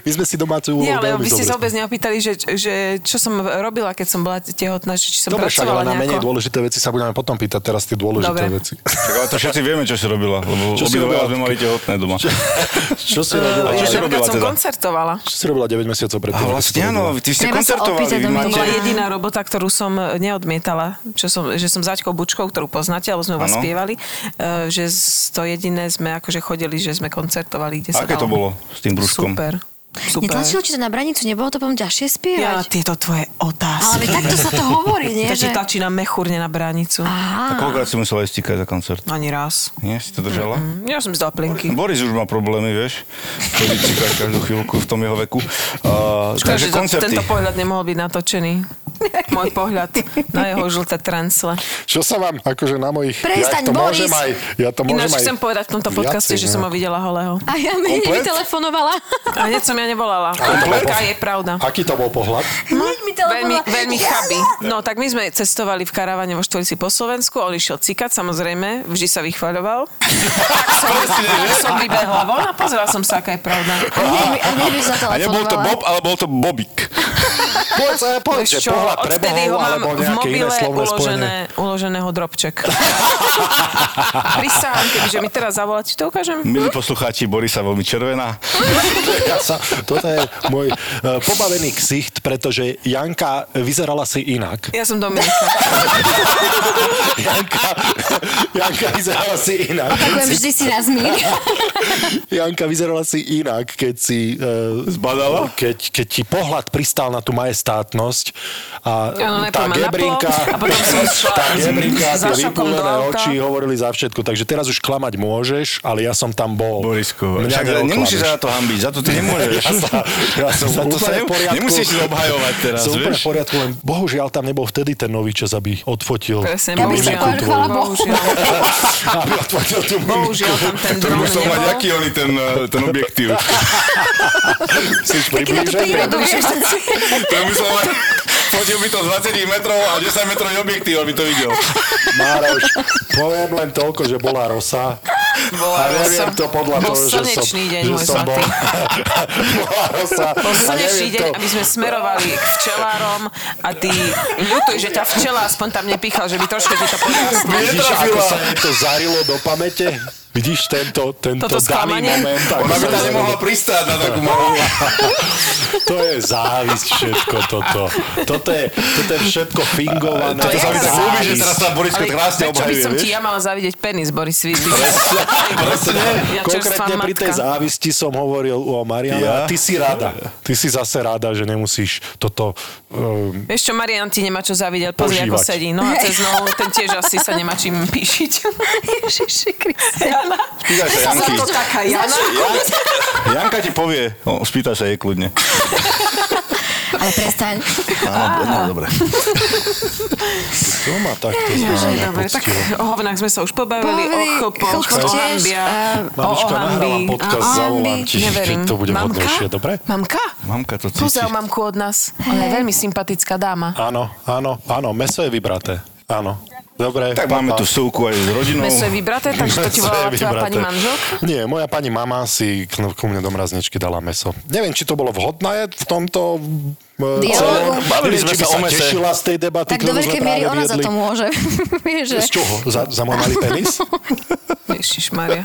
G: My sme si domácu úlohu
F: Nie, ale
G: veľmi
F: vy ste
G: dobre
F: sa vôbec neopýtali, že, že čo som robila, keď som bola tehotná, že či som
G: Dobre, však, ale
F: pracovala
G: na menej
F: nejako.
G: dôležité veci sa budeme potom pýtať, teraz tie dôležité
F: Dobre.
G: veci.
E: Tak ale to všetci vieme, čo si robila, lebo
G: Čo si
E: obidva
G: robila?
E: sme mali tehotné doma.
G: Čo si robila?
E: A
F: Ja
E: čo si
G: Čo,
F: napríklad
E: robila
F: som
E: teda?
F: koncertovala.
G: čo si robila 9 mesiacov
E: A
G: predtým? ako si to
E: vlastne áno,
G: robila?
E: vy- ty ste
H: Treba sa opýtať
E: koncertovali, vy
H: do
F: To
E: máte...
F: bola
H: Máte-
F: jediná robota, ktorú som e, neodmietala, čo som, že som zaťkou Bučkou, ktorú poznáte, alebo sme u vás
E: Áno.
F: spievali, e, že z- to jediné sme akože chodili, že sme koncertovali, kde sa
E: Aké to
F: dalo.
E: bolo s tým brúškom?
F: Super. Super.
H: Netlačilo ti to na branicu, nebolo to potom ťažšie
F: Ja,
H: spievať?
F: tieto tvoje
H: Ale
F: otázky.
H: veď takto sa to hovorí, nie?
F: Takže
H: Že...
F: tlačí na mechúrne na bránicu.
E: A
H: Aha,
E: koľkokrát si musela ísť týkať za koncert?
F: Ani raz.
E: Nie, si to držala?
F: Hm, Ja som zdala plenky.
E: Boris už má problémy, vieš. Chodí cikať každú chvíľku v tom jeho veku. Uh,
F: Škoda, že
E: takže
F: to-
E: koncerty.
F: tento pohľad nemohol byť natočený. Môj pohľad na jeho žlté transle.
G: Čo sa vám, akože na mojich...
H: Prestaň,
G: ja to
H: Boris!
G: môžem aj, ja to môžem
F: Ináč
G: aj
F: chcem povedať v tomto podcaste,
G: viacej,
F: že som
G: no.
F: ho videla holého.
H: a ja mi
G: Komplet?
H: telefonovala.
F: A hneď som ja nevolala. Aká je pravda.
G: Aký to bol pohľad?
H: mi
F: Veľmi,
H: telefonovala.
F: veľmi
H: Ja-
F: chabý. No tak my sme cestovali v karavane vo Štvorici po Slovensku, on išiel cikať, samozrejme, vždy sa vychvaľoval. tak, som, tak som vybehla von a pozrela som sa, aká je pravda.
G: No,
H: A hneď mi- a hneď mi
E: A nebol to
H: zatelefonovala.
E: Bob, ale bol to Bobik.
G: Poď, sa, poď, že
F: Vieš čo,
G: pohľad pre
F: odvtedy ho
G: Bohov,
F: mám
G: alebo
F: v
G: nejaké iné
F: mobile
G: slovné
F: uložené,
G: spojenie.
F: uloženého drobček. Prisahám, kebyže mi teraz zavoláte, to ukážem.
E: Milí poslucháči, Boris sa veľmi červená.
G: Ja sa, toto je môj eh, pobavený ksicht, pretože Janka vyzerala si inak.
F: Ja som Dominika.
G: Janka, Janka vyzerala si inak.
H: Opakujem, vždy si nás milia.
G: Janka vyzerala si inak, keď si... Uh,
E: Zbadala?
G: Keď, keď ti pohľad pristál na tú majestátnosť a
F: Áno,
G: eh,
F: najprv
G: tá
F: ma
G: gebrinka,
F: naplo a potom som šla
G: tá gebrinka,
F: za
G: tie
F: šokom do
G: vypulené
F: auta.
G: oči hovorili za všetko. Takže teraz už klamať môžeš, ale ja som tam bol.
E: Borisko,
G: Mňa
E: však nemusíš sa za to hambiť, za to ty nemôžeš.
G: Ja, sa, ja som
E: Za to sa
G: úplne
E: ne-
G: v poriadku.
E: nemusíš si obhajovať teraz,
G: Som úplne
E: vieš?
G: v poriadku, len bohužiaľ tam nebol vtedy ten nový čas, aby odfotil.
F: Presne,
H: Ja by som
F: bohužiaľ.
H: povedala, chvála Bohu.
F: Bohužiaľ.
G: Aby odfotil tú mimiku.
F: Bohužiaľ, tam ten
E: To
F: dron
E: musel mať
F: nebol.
E: aký oni ten, eh, ten objektív.
G: Musíš
H: Taký na tú
G: priblížiť.
H: prírodu, vieš.
E: To musel mať... Fotil by to z 20 metrov a 10 metrový objektív, aby to videl.
G: Mároš, poviem len toľko, že bola rosa.
F: Bola
G: a neviem
F: rosa.
G: to podľa
F: Bol
G: toho, že som...
F: slnečný deň,
G: že
F: môj
G: som
F: zlatý.
G: bola rosa.
F: Bol
G: a
F: slnečný
G: neviem
F: deň,
G: to-
F: aby sme smerovali k včelárom a ty ľutuj, že ťa včela aspoň tam nepýchal, že by trošku ti to porastlo.
G: Vidíš, ako
E: netrafila.
G: sa jej to zarilo do pamäte? Vidíš tento, tento
F: Toto
G: daný
F: sklamanie?
G: moment? Tak
E: Ona by
G: sa
E: tam
G: zarilo.
E: nemohla pristáť na takú malú.
G: To je závisť všetko toto. Toto je, toto je všetko fingované.
E: To
F: je
E: sa mi tak
F: závisť.
E: ľúbi, že teraz sa Borisko tak krásne
F: prečo by
E: obhajuje,
F: som ti
E: vieš?
F: ja mala zavideť penis, Boris Vizdy?
G: Presne,
F: Ja čerstvá
G: konkrétne pri tej
F: matka.
G: závisti som hovoril o Mariana.
E: Ja?
G: a Ty si rada. Ty si zase rada, že nemusíš toto... Um,
F: Vieš čo, Marian ti nemá čo zavidieť, pozri, ako
G: Požívať.
F: sedí. No a cez nohu, ten tiež asi sa nemá čím píšiť.
H: Ježiši Kriste.
F: Jana.
E: Spýtaj sa Janky.
F: To taká Jana.
E: Janka ti povie. O, spýtaj sa jej kľudne.
H: Ale prestaň.
E: Áno, no, dobre.
G: To ma takto
F: Že,
G: zváža
F: dobre, tak o hovnách sme sa už pobavili, o
H: Pobavili,
F: chlpoch, o
H: chlpoch tiež,
F: hambiach,
H: eh,
F: o
G: Babička nahrala
F: ohambi.
G: podcast,
H: A-
G: zavolám ti, keď
F: Neverím.
G: to bude
F: Mamka?
G: vhodnejšie, dobre?
F: Mamka?
E: Mamka to cíti.
F: Pozdrav mamku od nás. Ona je veľmi sympatická dáma.
G: Áno, áno, áno, meso je vybraté. Áno. Dobre,
E: Tak
G: pa,
E: máme
G: pa.
E: tu súku aj s rodinou.
F: Meso je vybraté, takže to ti
G: Meso
F: volala
G: je
F: tvoja
G: vybraté.
F: pani manželka?
G: Nie, moja pani mama si k, ku mne do mrazničky dala meso. Neviem, či to bolo vhodné v tomto e,
H: Dialógu.
G: celom.
E: Bavili sme
G: Neviem, či by
E: sa o mese.
G: tešila z tej debaty,
H: Tak do
G: ktorú sme
H: veľkej miery
G: práve
H: ona za
G: viedli.
H: to môže. Vieš, že...
G: Z čoho? Za, za môj malý penis?
F: Ježišmaria.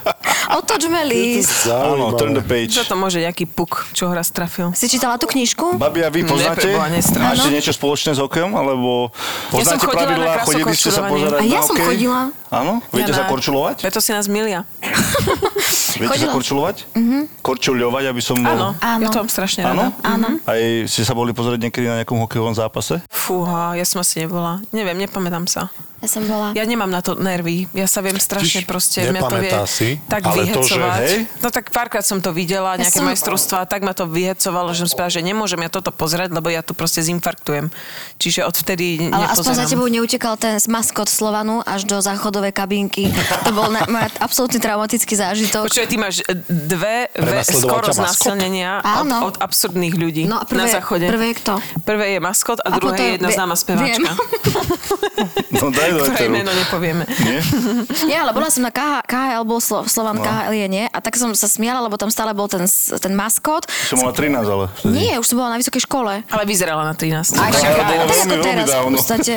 H: Otočme list.
E: Áno, turn the page.
F: Čo to môže nejaký puk, čo hra strafil?
H: Si čítala tú knižku?
E: Babi, a vy
F: Ne,
E: poznáte?
F: bola nestrana.
E: Máte niečo spoločné s hokejom? Alebo
F: Ja som
E: poznáte
F: chodila na
E: pravidlá? Chodili ste sa
F: krasokorčulovanie.
E: pozerať
H: A ja
E: na
H: som
E: hokej?
H: chodila.
E: A Áno? Viete
F: Ja
E: sa
F: na-
E: korčulovať?
F: Preto si nás milia.
E: Viete sa
H: Chodila-
E: korčulovať? Mm-hmm. Korčuľovať, aby som
G: No.
E: bol...
F: Áno,
H: Áno.
F: ja to mám strašne rada.
E: Áno? Áno. Aj ste sa boli pozrieť niekedy na nejakom hokejovom zápase?
F: Fúha, ja som asi nebola. Neviem, nepamätám sa.
H: Ja som bola...
F: Ja nemám na to nervy. Ja sa viem strašne
G: Čiž
F: proste, mňa to vie
G: nepamätá si,
F: tak
G: ale to, že-
F: vyhecovať.
E: hej?
F: no tak párkrát som to videla, nejaké
H: som-
F: majstrovstvá, tak ma to vyhecovalo, že som spala, že nemôžem ja toto pozrieť, lebo ja tu proste zinfarktujem. Čiže odvtedy
H: Ale aspoň
F: nepozerám.
H: za tebou neutekal ten maskot Slovanu až do záchodovej kabinky. To bol na, ma- absolútne traumatický zážitok.
F: Počkaj, ty máš dve ve,
G: Prenasledoval
F: skoro
G: ťa maskot?
F: znásilnenia
H: Áno.
F: od, od absurdných ľudí
H: No a
F: na
H: prvé,
F: záchode.
H: prvé je kto?
F: Prvé je maskot a, druhé je jedna
H: vie-
F: známa speváčka.
H: Viem.
E: No daj do
F: Ktoré
E: eteru.
F: meno nepovieme.
E: Nie?
H: Nie, ale bola som na KH, KHL, bol Slo, Slovan no. KHL je nie. A tak som sa smiala, lebo tam stále bol ten, s- ten maskot.
E: Som mala 13, ale vtedy.
H: Nie, už som bola na vysokej škole.
F: Ale vyzerala na 13.
H: Aj
E: Tak,
H: však, ale
E: ale bolo
H: tak
E: veľmi,
H: ako
E: veľmi
H: teraz v
E: dávno.
H: podstate.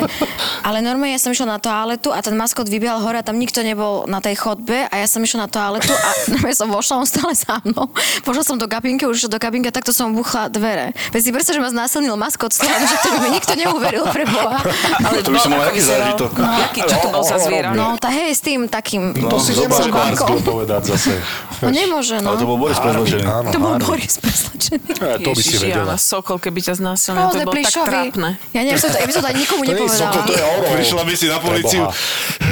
H: Ale normálne ja som išla na toaletu a ten maskot vybiehal hore a tam nikto nebol na tej chodbe a ja som išla na toaletu a normálne som vošla, on stále za mnou. Pošla som do kabinky, už išla do kabinky a takto som buchla dvere. Veď si predstav, že ma znásilnil maskot, stále, že to by mi nikto neuveril pre Boha.
F: Ale
E: To by
F: bol-
E: som mal
F: No, ako
E: aký
F: vyzeral?
E: zážitok.
F: Jaký, čo to bol za zviera?
H: No, tá hej, s tým takým...
E: No,
G: To si nemôže
H: som
G: Barsko
H: bankou.
G: povedať zase.
H: No nemôže,
E: Ale
H: no.
E: to bol Boris
G: Harvey,
E: Prezložený.
G: áno,
H: To bol
G: Harvey.
H: Boris preslačený.
G: Eh, To by si
F: Ježiši,
G: vedela.
F: Jana, Sokol, keby ťa znásilnil, No, to
H: Naozaj
F: bolo tak
H: plišový.
F: trápne.
H: Ja neviem, som to, ja by som to ani nikomu
G: To je
H: nepovedala.
G: Sokol, to je Orol.
E: Prišla by si na
G: Pre
E: políciu.
G: Boha.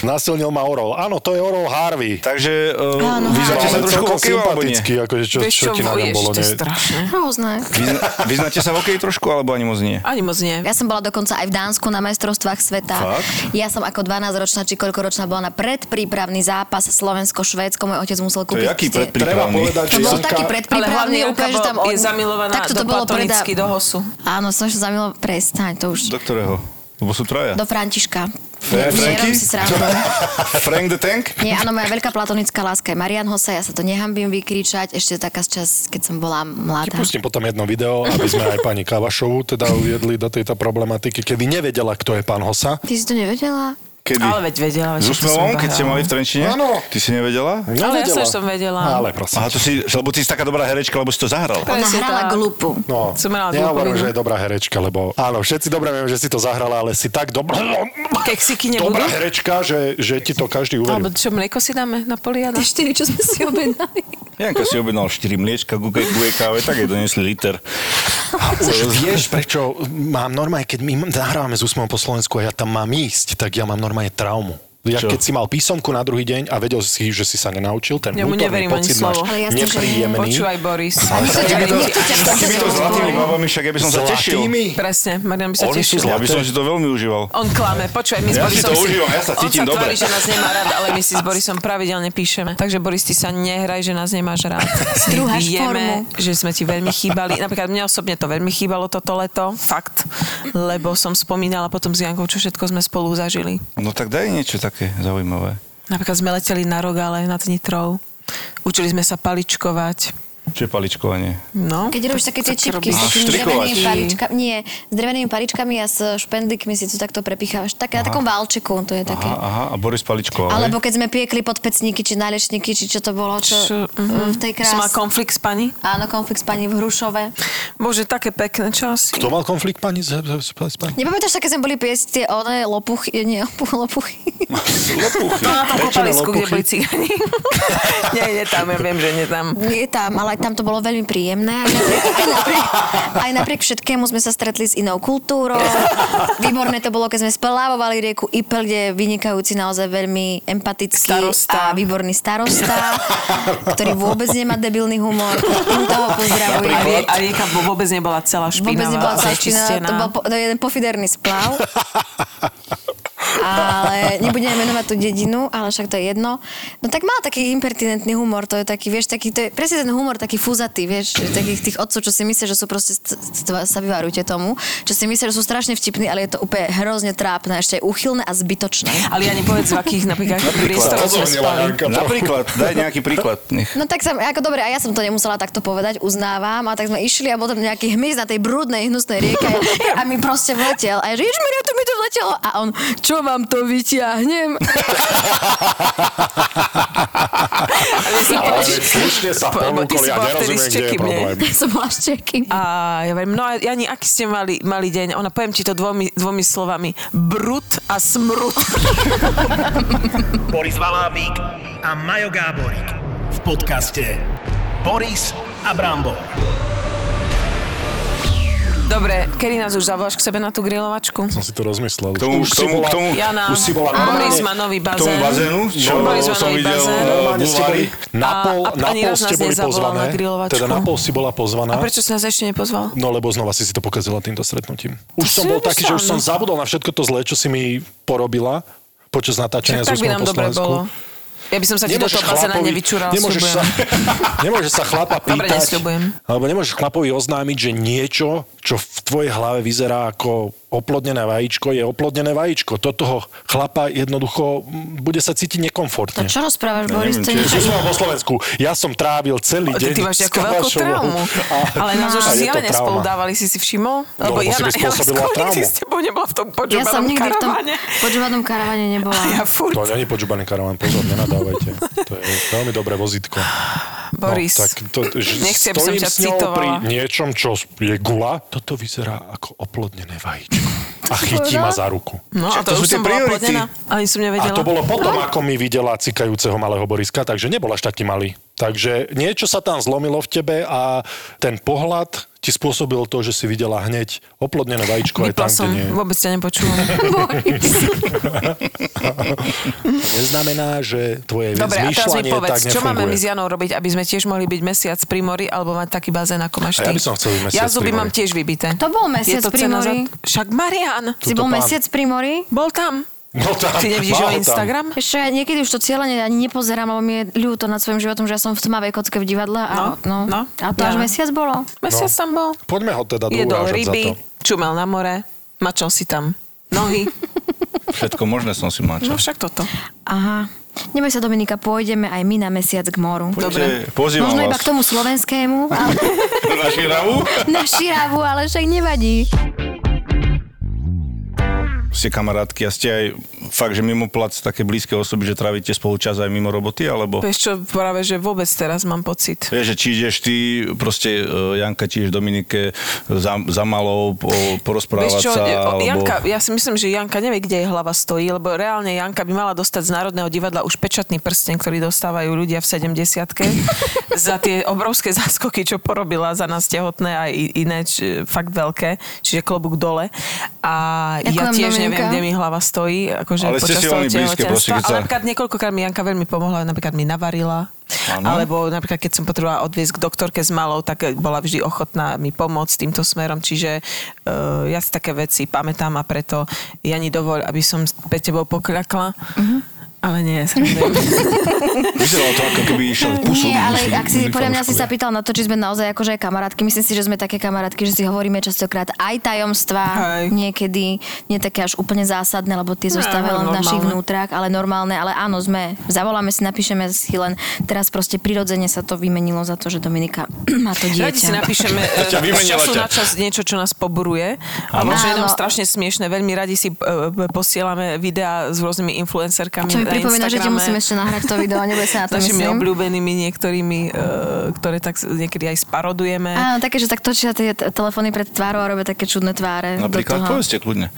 G: Násilnil ma Orol. Áno, to je Orol Harvey.
E: Takže uh,
H: Áno,
E: vyznáte
G: Ale
E: sa trošku
G: celkom
E: hokeju, alebo nie?
G: sympatický, akože čo,
F: Vieš
G: čo,
F: čo,
G: ti na ňom
F: ježiš,
G: bolo.
F: to je
G: Ne...
F: strašné.
H: Hrozné.
E: Vyzna- Vyznáte sa v hokeji trošku, alebo ani moc nie?
F: Ani moc nie.
H: Ja som bola dokonca aj v Dánsku na majstrovstvách sveta.
E: Fakt?
H: Ja som ako 12-ročná či koľkoročná bola na predprípravný zápas Slovensko-Švédsko. Môj otec musel
E: To je
H: kúpiť.
E: aký
H: tie-
E: predprípravný?
G: Treba povedať,
H: To
G: že
H: bol taký
G: Janka-
F: Ale hlavne
H: predprípravný,
F: Juka
H: úplne, že tam
F: bol- je
H: on-
F: zamilovaná
H: Takto
F: do
H: to bolo
F: platonicky do Hosu.
H: Áno, som sa zamilovala, prestaň, to už.
E: Do ktorého? Lebo sú traja.
H: Do Františka.
E: Fe-
H: Nie, nerob si srandu.
E: Frank the Tank?
H: Nie, áno, moja veľká platonická láska je Marian Hosa, ja sa to nehambím vykričať, ešte taká čas, keď som bola mladá.
G: Pustím potom jedno video, aby sme aj pani Kavašovu teda uviedli do tejto problematiky, kedy nevedela, kto je pán Hosa.
H: Ty si to nevedela?
E: Kedy?
F: Ale veď vedela, že to som
E: S úsmevom, keď ste
F: hrala.
E: mali v Trenčine?
G: Áno.
E: Ty si nevedela?
F: Ale
G: Nevedela.
F: jasne, že som vedela.
G: Ale prosím.
E: Aha, to si, lebo ty si taká dobrá herečka, lebo si to zahrala.
H: Ona
F: Presne
H: hrala
F: tak.
H: glupu.
G: No,
F: Som mala
G: nehovorím,
F: dlhú
G: že je dobrá herečka, lebo áno, všetci dobre vieme, že si to zahrala, ale si tak dobrá,
F: Keksiky nebudú?
G: dobrá herečka, že, že ti to každý
F: Alebo
G: uveril.
F: čo, mlieko si dáme na poliada?
H: Tie štyri, čo sme si objednali.
E: Janka si objednal 4 mliečka, guke, guke, káve, tak jej donesli liter.
G: Už vieš, prečo mám normálne, keď my nahrávame s úsmevom po Slovensku a ja tam mám ísť, tak ja mám normálne traumu. Ja,
E: Čo?
G: keď si mal písomku na druhý deň a vedel si, že si sa nenaučil, ten
F: Ja mu
G: vnútorný
F: neverím ani
G: pocit
F: slovo.
G: máš
H: Ale jasne, že nie.
G: nepríjemný.
F: Počúvaj, Boris.
H: Nikto ťa- nikto ťa v tom
E: Keby to
H: nezvolal.
E: zlatými babami, však ja by som sa tešil.
G: Zlatými?
F: Presne, Marian by sa
G: Oni sú
F: tešil.
G: zlatí.
E: Ja by som si to veľmi užíval.
F: On klame, počúvaj, my
E: Ja
F: s
E: si
F: Borisom
E: to užívam, ja sa cítim
F: on sa
E: dobre.
F: tvári, že nás nemá rád, ale my si s Borisom pravidelne píšeme. Takže Boris, ty sa nehraj, že nás nemáš rád. My
H: Strúhaš
F: Vieme,
H: formu.
F: že sme ti veľmi chýbali. Napríklad mne osobne to veľmi chýbalo toto leto, fakt. Lebo som spomínala potom s Jankou, čo všetko sme spolu zažili.
E: No tak daj niečo také zaujímavé.
F: Napríklad sme leteli na Rogale nad Nitrou. Učili sme sa paličkovať.
E: Čo je paličkovanie?
F: No,
H: Keď robíš také tie
F: tak
H: čipky
E: robíš.
H: s takými
E: Štrikovať.
H: drevenými paličkami, nie, s drevenými paličkami a s špendlíkmi si to takto prepichávaš. Také, na takom válčiku to je také.
E: Aha, aha, a Boris paličkoval. hej?
H: Alebo keď sme piekli podpecníky, či nálešníky, či čo to bolo, čo, eh,
F: Čo,
H: v tej
F: Som mal
H: kráse.
F: konflikt s pani.
H: Áno, konflikt s pani v Hrušove.
F: Bože, také pekné časy.
G: Kto mal konflikt, pani? Z- z- z- z- pani?
H: Nepamätáš, aké sme boli piesť tie oné lopuchy, nie, lopu- lopuchy.
E: Lopuchy.
F: No na tom
G: Prečo na
F: kopalisku, kde
G: lopuchy?
F: boli cigáni. nie, nie tam, ja viem, že nie tam.
H: Nie tam, ale aj tam to bolo veľmi príjemné. Aj napriek, aj napriek, aj napriek všetkému sme sa stretli s inou kultúrou. Výborné to bolo, keď sme spelávovali rieku Ipel, kde je vynikajúci naozaj veľmi empatický
F: Starosta.
H: a výborný starosta, ktorý vôbec nemá debilný humor. Toho pozdravujem.
F: A, rie, a rieka vo- vôbec nebola celá špinavá. no.
H: Vôbec nebola celá špina,
F: znečistená.
H: to bol po, to je jeden pofiderný splav. Ale nebudeme menovať tú dedinu, ale však to je jedno. No tak mal taký impertinentný humor, to je taký, vieš, taký, to je presne ten humor taký fúzatý, vieš, že takých tých otcov, čo si myslia, že sú proste, st- st- sa vyvarujte tomu, čo si myslia, že sú strašne vtipní, ale je to úplne hrozne trápne, ešte aj úchylné a zbytočné.
F: Ale ja nepovedz, v akých napríklad priestoroch sme spali.
E: Napríklad, daj nejaký príklad. Nech.
H: No tak som, ako dobre, a ja som to nemusela takto povedať, uznávam, a tak sme išli a bol tam nejaký hmyz na tej brúdnej, hnusnej rieke a mi proste vletel. A ja že, ježiš, to mi to vletelo. A on, čo vám to vyťahnem?
F: Ale si
H: A
G: ale slušne sa
F: Po- lebo ty
G: ponúkol,
F: si
G: ja
F: bola vtedy
G: nerozumiem,
F: s
G: kde je
F: Čekym, nie?
G: problém.
H: Som bola s Čekým.
F: A ja hovorím, no a Jani, aký ste mali, mali deň? Ona, poviem ti to dvomi, dvomi slovami. Brut a smrut.
B: Boris Valábík a Majo Gáborík v podcaste Boris a Brambor.
F: Dobre, kedy nás už zavoláš k sebe na tú grilovačku?
G: Som si to rozmyslel.
E: K tomu,
G: Už
E: k
G: si
E: tomu, k
G: bola-
E: tomu,
F: Jana,
G: už si bola
F: Boris
G: normálne-
F: má nový
E: k tomu
F: bazén.
E: bazénu, čo
F: Normálne sme
E: som
F: mali
E: videl
F: bazén.
E: v
G: Normálne ste boli,
E: bulvári.
G: na
F: A-
G: pol,
F: a
G: na
F: ani
G: pol
F: raz
G: ste
F: nás
G: boli
F: nezavolal
G: pozvané.
F: na grilovačku.
G: Teda na pol si bola pozvaná.
F: A prečo si nás ešte nepozval?
G: No lebo znova si si to pokazila týmto stretnutím. Už
F: To
G: som
F: si
G: bol taký, že už som
F: nemyslám.
G: zabudol na všetko to zlé, čo si mi porobila počas natáčania z
F: Tak by
G: Úsmev
F: nám
G: po
F: dobre
G: Slovensku.
F: bolo. Ja by som sa ti do toho bazéna
G: chlapovi-
F: nevyčúral,
G: nemôžeš sa,
F: sľubujem.
G: nemôžeš sa chlapa
F: Dobre,
G: pýtať,
F: nesľubujem.
G: alebo nemôžeš chlapovi oznámiť, že niečo, čo v tvojej hlave vyzerá ako oplodnené vajíčko, je oplodnené vajíčko. To toho chlapa jednoducho mm, bude sa cítiť
H: To
G: nekomfortne.
H: čo rozprávaš, Boris? To je
E: neviem, či-
G: Sú
H: niečo...
G: sme po Slovensku. Ja som trávil celý
F: Ty,
G: deň
F: ty máš
G: s
F: nejakú veľkú
G: Kalašovou.
F: traumu. Ale nás už
G: A je to
F: zjavene
G: trauma.
F: spolu dávali, si si všimol?
G: No, lebo si mi spôsobila
F: nikdy
G: traumu.
F: s tebou nebola v tom
H: Ja som
F: počúvanom
H: nikdy v tom
F: karaváne.
H: počúvanom karavane nebola.
F: A ja furt,
G: To není počúbaný karaván, pozor, nenadávajte. To je veľmi dobré vozítko.
F: Boris.
G: No, tak to, že
F: Nechci, aby som
G: stojím
F: ťa
G: s ňou
F: citovala.
G: pri niečom, čo je gula. Toto vyzerá ako oplodnené vajíčko. A chytí ma za ruku.
F: No a
E: Však
F: to,
E: to sú
F: už
E: tie
F: som bola
E: priority.
F: plodená. Ani som
G: A
F: nevedela.
G: to bolo potom,
F: No.
G: ako mi videla cikajúceho malého Boriska, takže nebol až taký malý. Takže niečo sa tam zlomilo v tebe a ten pohľad ti spôsobil to, že si videla hneď oplodnené vajíčko aj
F: Vypla
G: tam,
F: som,
G: kde nie.
F: vôbec ťa nepočúvam.
G: Neznamená, že
F: Dobre,
G: tvoje
F: a teraz mi
G: zmýšľanie tak
F: povedz,
G: nefunguje.
F: čo máme my s Janou robiť, aby sme tiež mohli byť mesiac pri mori, alebo mať taký bazén, ako máš
G: A ja
F: ty?
G: by som chcel byť mesiac
F: Ja
G: pri
F: zuby
G: mori.
F: mám tiež vybité.
H: To bol mesiac
F: Je to
H: pri
F: cena za-
H: mori.
F: Však Marian,
H: Si bol
G: pán-
H: mesiac pri mori?
F: bol tam.
G: No tam,
F: Ty nevidíš jeho
G: mal tam. No.
F: Instagram?
H: Ešte ja niekedy už to cieľanie ani nepozerám, lebo mi je ľúto nad svojim životom, že ja som v tmavej kocke v divadle a,
F: No,
H: no,
F: no.
H: a to
F: Ja.
H: až mesiac bolo.
F: Mesiac
G: No.
F: tam bol.
G: Poďme ho teda
F: Jedol
G: dourážať za to.
F: ryby, čumel na more, mačal si tam nohy.
E: Všetko možné som si
F: No
E: mačal.
F: však toto.
H: Aha. Neboj sa Dominika, pôjdeme aj my na mesiac k moru.
E: Dobre. Pozývam
H: Možno iba
E: vás.
H: k tomu slovenskému, ale
E: Na Žiravu.
H: na širavu, ale však nevadí.
E: Ste kamarátky a ste aj fakt, že mimo plac také blízke osoby, že trávite spolu čas aj mimo roboty, alebo...
F: Vieš čo, práve, že vôbec teraz mám pocit.
E: Vieš, že či ideš ty, proste e, Janka, či ideš Dominike za, za malou po,
F: Vieš
E: porozprávať
F: čo,
H: e,
E: sa, alebo...
F: Janka, ja si myslím, že Janka nevie, kde jej hlava stojí, lebo reálne Janka by mala dostať z Národného divadla už pečatný prsten, ktorý dostávajú ľudia v 70 za tie obrovské záskoky, čo porobila za nás tehotné a i- iné, či, fakt veľké, čiže klobúk dole. A ja
H: Ďakujem,
F: tiež
H: Dominika.
F: neviem, kde mi hlava stojí, akože
E: Ale ste
F: počas
E: si
F: toho
E: veľmi blízke, proste,
F: tehotenstva.
E: keď sa-
F: Ale napríklad niekoľkokrát mi Janka veľmi pomohla, napríklad mi navarila,
E: Áno.
F: alebo napríklad keď som potrebovala odviezť k doktorke s malou, tak bola vždy ochotná mi pomôcť týmto smerom, čiže uh, ja si také veci pamätám a preto Jani dovoľ, aby som pre tebou pokľakla.
H: Mhm.
F: Ale nie, srandujem.
E: Vyzeralo to, ako keby išiel pusu.
H: Nie, ale ak si, podľa mňa si sa pýtal na to, či sme naozaj akože aj kamarátky. Myslím si, že sme také kamarátky, že si hovoríme častokrát aj tajomstvá,
F: Hej.
H: niekedy nie také až úplne zásadné, lebo tie
F: ale
H: zostávajú len v našich
F: normálne.
H: vnútrach, ale normálne, ale áno, sme. Zavoláme si, napíšeme si len teraz proste prirodzene sa to vymenilo za to, že Dominika má to dieťa.
F: Radi si napíšeme eh,
E: ťa
F: z
E: vymenila
F: času
E: ťa.
F: na čas niečo, čo nás poburuje. Alebo že je nám
H: Áno.
F: strašne smiešne. Veľmi radi si eh, posielame videá s rôznymi influencerkami
H: Čo mi
F: na
H: pripomína, že ti
F: Instagrame.
H: musím ešte nahrať to video, nebude sa na to
F: našimi
H: myslím.
F: obľúbenými niektorými, eh, ktoré tak s- niekedy aj sparodujeme.
H: Áno, také, že tak točia tie t- telefóny pred tvárou a robia také čudné tváre. do
E: Napríklad,
H: toho.
E: povedzte kľudne.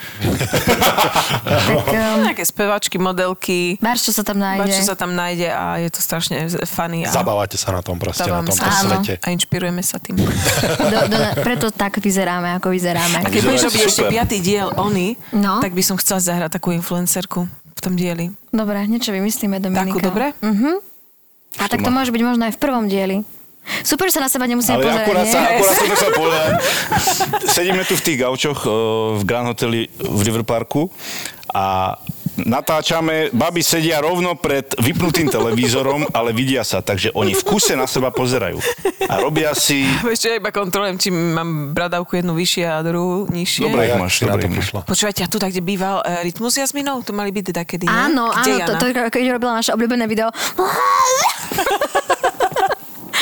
H: Tak, um,
F: Nejaké spevačky, modelky.
H: Bár, čo sa tam
F: Bár,
H: nájde.
F: čo sa tam nájde a je to strašne z- funny. A,
G: Zabávate sa na tom proste, na
F: Zabávame
G: tomto
H: sa. Áno.
G: svete.
F: a inšpirujeme sa tým.
H: Do, do, preto tak vyzeráme, ako vyzeráme.
F: A keď
E: Vyzerá
F: budeš
E: to
F: robiť ešte
E: super.
F: piatý diel Oni,
H: No.
F: tak by som chcela zahrať takú influencerku v tom dieli.
H: Dobre, niečo vymyslíme, Dominika. Mhm.
F: Takú, dobre?
H: A tak to môže byť možno aj v prvom dieli. Super, že sa na seba nemusíme
E: Ale
H: pozerať,
E: akurát
H: nie?
E: sa, akurát som to chcel povedať. Sedíme tu v tých gaučoch e, v Grand Hoteli v River Parku a natáčame, baby sedia rovno pred vypnutým televízorom, ale vidia sa, takže oni v kuse na seba pozerajú. A robia si...
F: Vieš čo, ja iba kontrolujem, či mám bradavku jednu vyššie a druhú nižšie.
E: Dobre,
G: Ja,
E: jak máš,
G: si na
E: dobre,
G: to
E: jak máš.
G: prišla.
F: Počúvajte, a tu tak, kde býval e, rytmus jazminov, tu mali byť teda kedy, nie?
H: Áno,
F: Kde
H: áno, to,
F: Jana?
H: to, keď robila naše obľúbené video.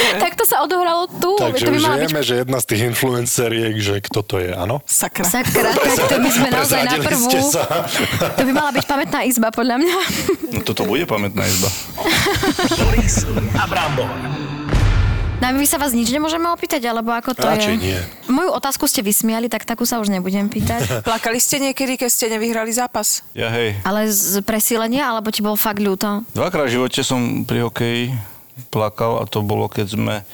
H: tak to sa odohralo tu.
G: Takže
H: to by
G: už
H: mala byť
G: vieme, že jedna z tých influenceriek, že kto to je, áno?
F: Sakra.
H: Sakra, tak to by sme naozaj na
G: Prezradili
H: prvú.
G: ste sa.
H: To by mala byť pamätná izba, podľa mňa.
E: No toto bude pamätná izba.
B: Boris Abrambo.
H: No a my sa vás nič nemôžeme opýtať, alebo ako to
G: Radšej
H: je?
G: nie.
H: Moju otázku ste vysmiali, tak takú sa už nebudem pýtať.
F: Plakali ste niekedy, keď ste nevyhrali zápas?
E: Ja hej,
H: Ale z presílenia, alebo ti bolo fakt ľúto?
E: dvakrát v živote som pri hokeji plakal a to bolo, keď sme eh,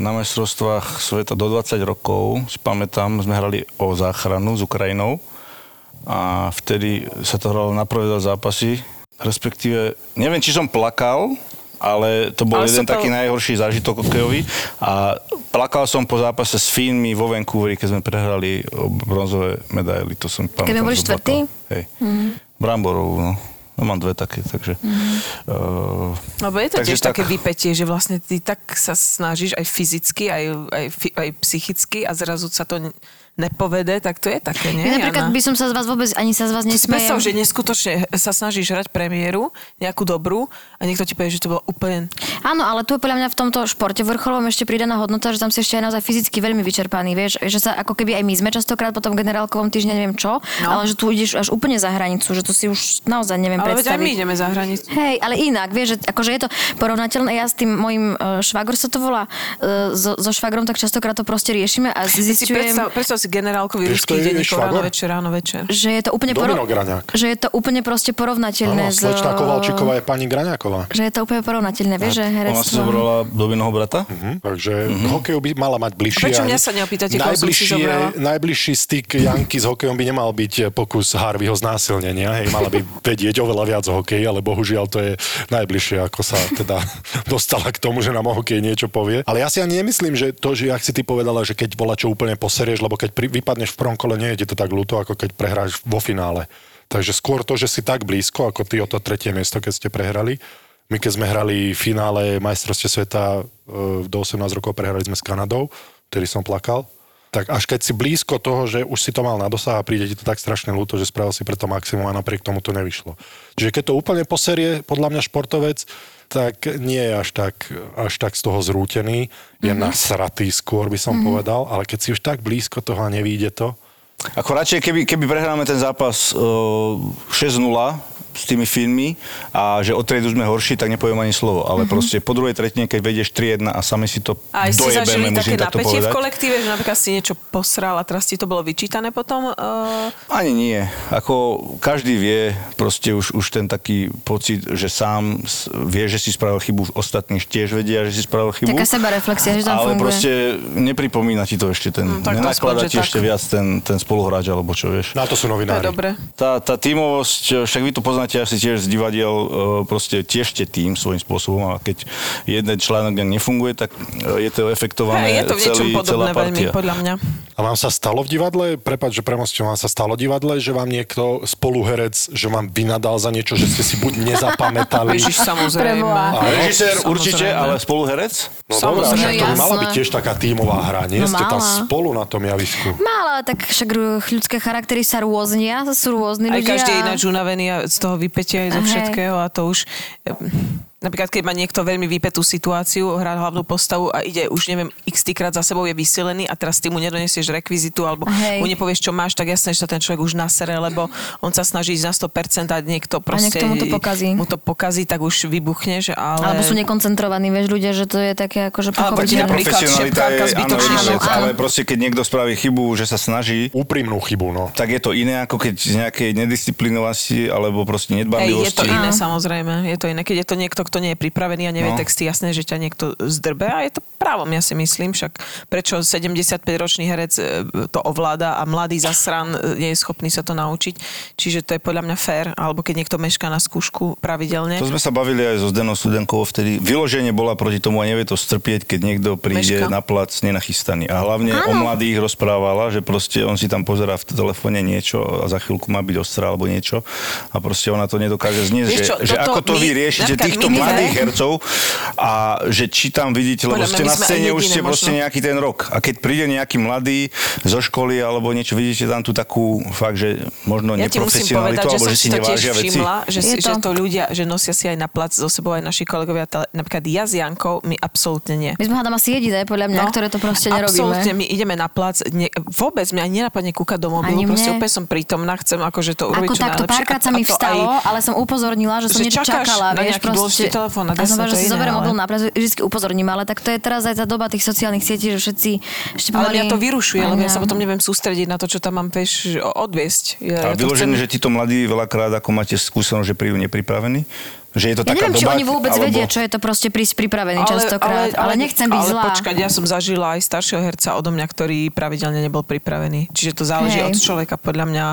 E: na mestrovstvách sveta do 20 rokov, si pamätám, sme hrali o záchranu s Ukrajinou a vtedy sa to hralo na prvé dva zápasy. Respektíve, neviem, či som plakal, ale to
F: Ale
E: bol ale
F: sú
E: jeden
F: to-
E: taký najhorší zážitok hokejový a plakal som po zápase s Fínmi vo Vancouveri, keď sme prehrali o bronzové medaily, to som pamätám.
H: Keď sme boli
E: že
H: štvrtí?
E: plakal. Hej. Mm. Bramborovú, no. No mám dve také, takže... Mm. Uh,
F: Lebo No, je to
E: Takže
F: tiež
E: tak.
F: také vypetie, že vlastne ty tak sa snažíš aj fyzicky, aj, aj, fi- aj psychicky a zrazu sa to nepovede, tak to je také, nie?
H: Ja napríklad
F: Jana?
H: by som sa z vás vôbec, ani sa z vás
F: To si predstav, že
H: nesmejem.
F: neskutočne sa snažíš hrať premiéru, nejakú dobrú a niekto ti povie, že to bolo úplne...
H: Áno, ale tu je podľa mňa v tomto športe vrcholovom ešte pridaná hodnota, že tam si ešte aj naozaj fyzicky veľmi vyčerpaný, vieš, že sa ako keby aj my sme častokrát potom v generálkovom týždni neviem čo,
F: No.
H: ale že tu ideš až úplne za hranicu, že tu si už naozaj neviem
F: Ale veď aj
H: predstaviť.
F: my ideme za hranicu.
H: Hej, ale inak, vieš, že akože je to porovnateľné. Ja s tým mojim uh, švagor sa to volá, uh, so, so švagrom tak častokrát to proste riešime a
F: Si
H: zistujem,
F: predstav, predstav si generálkovi
G: Vieš,
F: ruský
G: to je
F: denníkov
G: švagor?
F: ráno večer, ráno večer.
H: že je to úplne
G: Domino Graňák.
H: že je to úplne proste
G: Áno,
H: porovnateľné s...
G: slečná Kovalčíková je pani Graňáková.
H: že je to úplne porovnateľné, vieš, že
E: ona si
H: herectvo.
E: zobrala Dobinoho brata?
G: Hm? Takže mm-hmm. hokeju by mala mať bližšie.
F: Mhm. A prečo
G: aj-
F: mňa sa neopýtate, koho som si
G: Najbližšie-
F: zobrala?
G: Najbližší styk Janky s hokejom by nemal byť eh, pokus Harveyho znásilnenia. Hej, mala by vedieť oveľa viac o hokeji, ale bohužiaľ to je najbližšie, ako sa teda dostala k tomu, že nám o hokeji niečo povie. Ale ja si ani nemyslím, že to, že ak si ty povedala, že keď bola čo úplne poserieš, lebo keď pri, vypadneš v prvom kole, nie je ti to tak ľúto, ako keď prehráš vo finále. Takže skôr to, že si tak blízko, ako ty o to tretie miesto, keď ste prehrali, my keď sme hrali v finále majstrovstie sveta e, do 18 rokov, prehrali sme s Kanadou, ktorý som plakal, tak až keď si blízko toho, že už si to mal na dosah a príde ti to tak strašne ľúto, že spravil si preto maximum a napriek tomu to nevyšlo. Čiže keď to úplne poserie, podľa mňa športovec, tak nie je až tak, až tak z toho zrútený, je
F: Mhm.
G: mm-hmm. nasratý skôr, by som mm-hmm. povedal, ale keď si už tak blízko toho a nevíde to,
E: Ako radšej, keby, keby prehráme ten zápas uh, 6-0 s tými filmmi a že o triedu sme horší, tak nepoviem ani slovo. Ale mm-hmm. proste po druhej tretine, keď vedieš 3-1 a sami si to
F: Mhm. A aj ste zažili
E: dojebeme,
F: také
E: musím takto
F: napätie v
E: povedať.
F: kolektíve, že napríklad si niečo posral a teraz ti to bolo vyčítané potom? Uh,
E: Ani nie. Ako každý vie, proste už, už ten taký pocit, že sám s- vie, že si spravil chybu, ostatní tiež vedia, že si spravil chybu.
H: Taká sebareflexia, že tam
E: Ale
H: funguje.
E: proste nepripomína ti to ešte ten,
F: Mm,
E: mm,
F: tak to aspoň,
E: nenakladá
F: že
E: ti
F: tak.
E: ešte viac ten, ten spoluhráč, alebo čo vieš.
G: na to sú
F: to je
G: novinári.
F: dobre.
E: Tá, tá tímovosť, však vy to poznáte asi tiež z divadiel, e, proste tiežte tým svojím spôsobom a keď jeden článok nefunguje, tak e, je to efektované
F: Hej, je to v niečom
E: celý, celá
F: podobné veľmi,
E: partia.
F: podľa mňa.
G: A vám sa stalo v divadle, prepáč, že premostím, vám sa stalo v divadle, že vám niekto spoluherec, že vám vynadal za niečo, že ste si buď nezapamätali.
F: Ježiš, samozrejme.
E: A režisér určite,
F: Samozrejme.
E: ale spoluherec?
G: No dobrá,
F: Samozrejme.
G: však to by
H: No
G: mala
H: jasné.
G: byť tiež taká tímová hra, nie?
H: No
G: ste tam
H: mala.
G: spolu na tom javisku.
H: Málo, tak však rú- ľudské charaktery sa rôznia, sú rôzni
F: Aj
H: ľudia.
F: každý je ináč unavený a z toho vypetia aj zo
H: Hej.
F: všetkého a to už... eh, Napríklad, keď má niekto veľmi vypetú situáciu, hrá hlavnú postavu a ide už, neviem, x krát za sebou je vysilený a teraz ty mu nedonesieš rekvizitu alebo
H: Hej.
F: mu nepovieš, čo máš, tak jasné, že sa ten človek už nasere, lebo on sa snaží ísť na 100% a niekto proste...
H: niekto mu to pokazí.
F: Mu to pokazí, tak už vybuchne, že ale...
H: Alebo sú nekoncentrovaní, vieš, ľudia, že to je také akože
F: Alebo ti
H: pochopiteľné.
F: napríklad- šepkáka
E: je áno,
F: zbytočná
E: jedna vec,
H: vec.
E: ale proste keď niekto spraví chybu, že sa snaží,
G: Úprimnú chybu, no.
E: tak je to iné, ako keď z nejakej nedisciplinovosti alebo proste
F: Hej, je to
E: nedbanlivosti.
F: iné, samozrejme. Je to iné. Keď je to niekto, kto nie je pripravený a nevie no.
E: No.
F: texty, jasné, že ťa niekto zdrbe a je to právom, ja si myslím. Však prečo 75-ročný herec e, to ovláda a mladý zasran e, nie je schopný sa to naučiť. Čiže to je podľa mňa fér. Alebo keď niekto mešká na skúšku pravidelne.
E: To sme sa bavili aj so Zdenou Studenkovou vtedy. Vyloženie bola proti tomu a nevie to strpieť, keď niekto príde
F: Meška.
E: Meška. na plac nenachystaný. A hlavne Áno. o mladých rozprávala, že proste on si tam pozerá v telefóne niečo a za chvíľku má byť ostrá alebo niečo. A proste ona to nedokáže zniesť.
F: Vieš
E: Že,
F: čo,
E: že
F: toto
E: ako to
F: my-
E: vy riešite
F: napríklad
E: týchto
F: my-
E: mladých hercov a že či tam vidíte, lebo
F: Podľa mňa
E: ste
F: my
E: na
F: sme aj
E: scéne už
F: jediné
E: ste proste
F: možno.
E: nejaký ten rok. A keď príde nejaký mladý zo školy alebo niečo, vidíte tam tú takú fakt, že možno
F: Ja ti musím
E: neprofesionalitu
F: povedať, že
E: alebo
F: som
E: že si
F: si to tiež
E: nevážia veci.
F: všimla, že, si, to...
H: Je
F: že
H: to-
F: to ľudia, že nosia si aj na plac so sebou aj naši kolegovia, tá- napríklad ja s Jankou, my absolútne nie.
H: My sme hádam asi jediné, podľa mňa, ktoré to proste
F: No. Absolútne, my
H: nerobíme.
F: ideme na plac, ne, vôbec mi ani nenapadne kúkať do mobilu,
H: Ani mne.
F: proste úplne som prítomná, chcem akože to urobiť
H: Ako
F: čo
H: takto,
F: najlepšie.
H: párkrát
F: A-
H: sa
F: a
H: mi
F: to aj-
H: vstalo, ale som upozornila, že som
F: Že
H: niečo
F: čakáš
H: čakala,
F: na
H: vieš,
F: nejaký dôležitý telefón, a
H: a som
F: desať,
H: povedala,
F: to
H: že
F: je
H: si
F: iné,
H: zoberiem
F: ale-
H: mobil na prez, vždy upozorním, ale tak to je teraz aj tá doba tých sociálnych sietí, že všetci ešte
F: Ale
H: pomaly...
F: mňa to vyrušuje, lebo ja
H: Aj
F: sa
H: mňa.
F: potom neviem sústrediť na to, čo tam mám vieš, o- odviesť. Ja,
E: A
F: ja to
E: vyložené,
F: chcem-
E: že títo mladí veľakrát, ako máte skúsenosť, že prídu nepripravení? Že je to
H: Ja
E: taká
H: neviem, či
E: doba,
H: oni vôbec
E: alebo...
H: vedia, čo je to proste prísť pripravený častokrát, ale nechcem byť
F: ale
H: zlá.
F: počkať, ja som zažila aj staršieho herca odo mňa, ktorý pravidelne nebol pripravený. Čiže to záleží
H: Hej.
F: od človeka, podľa mňa.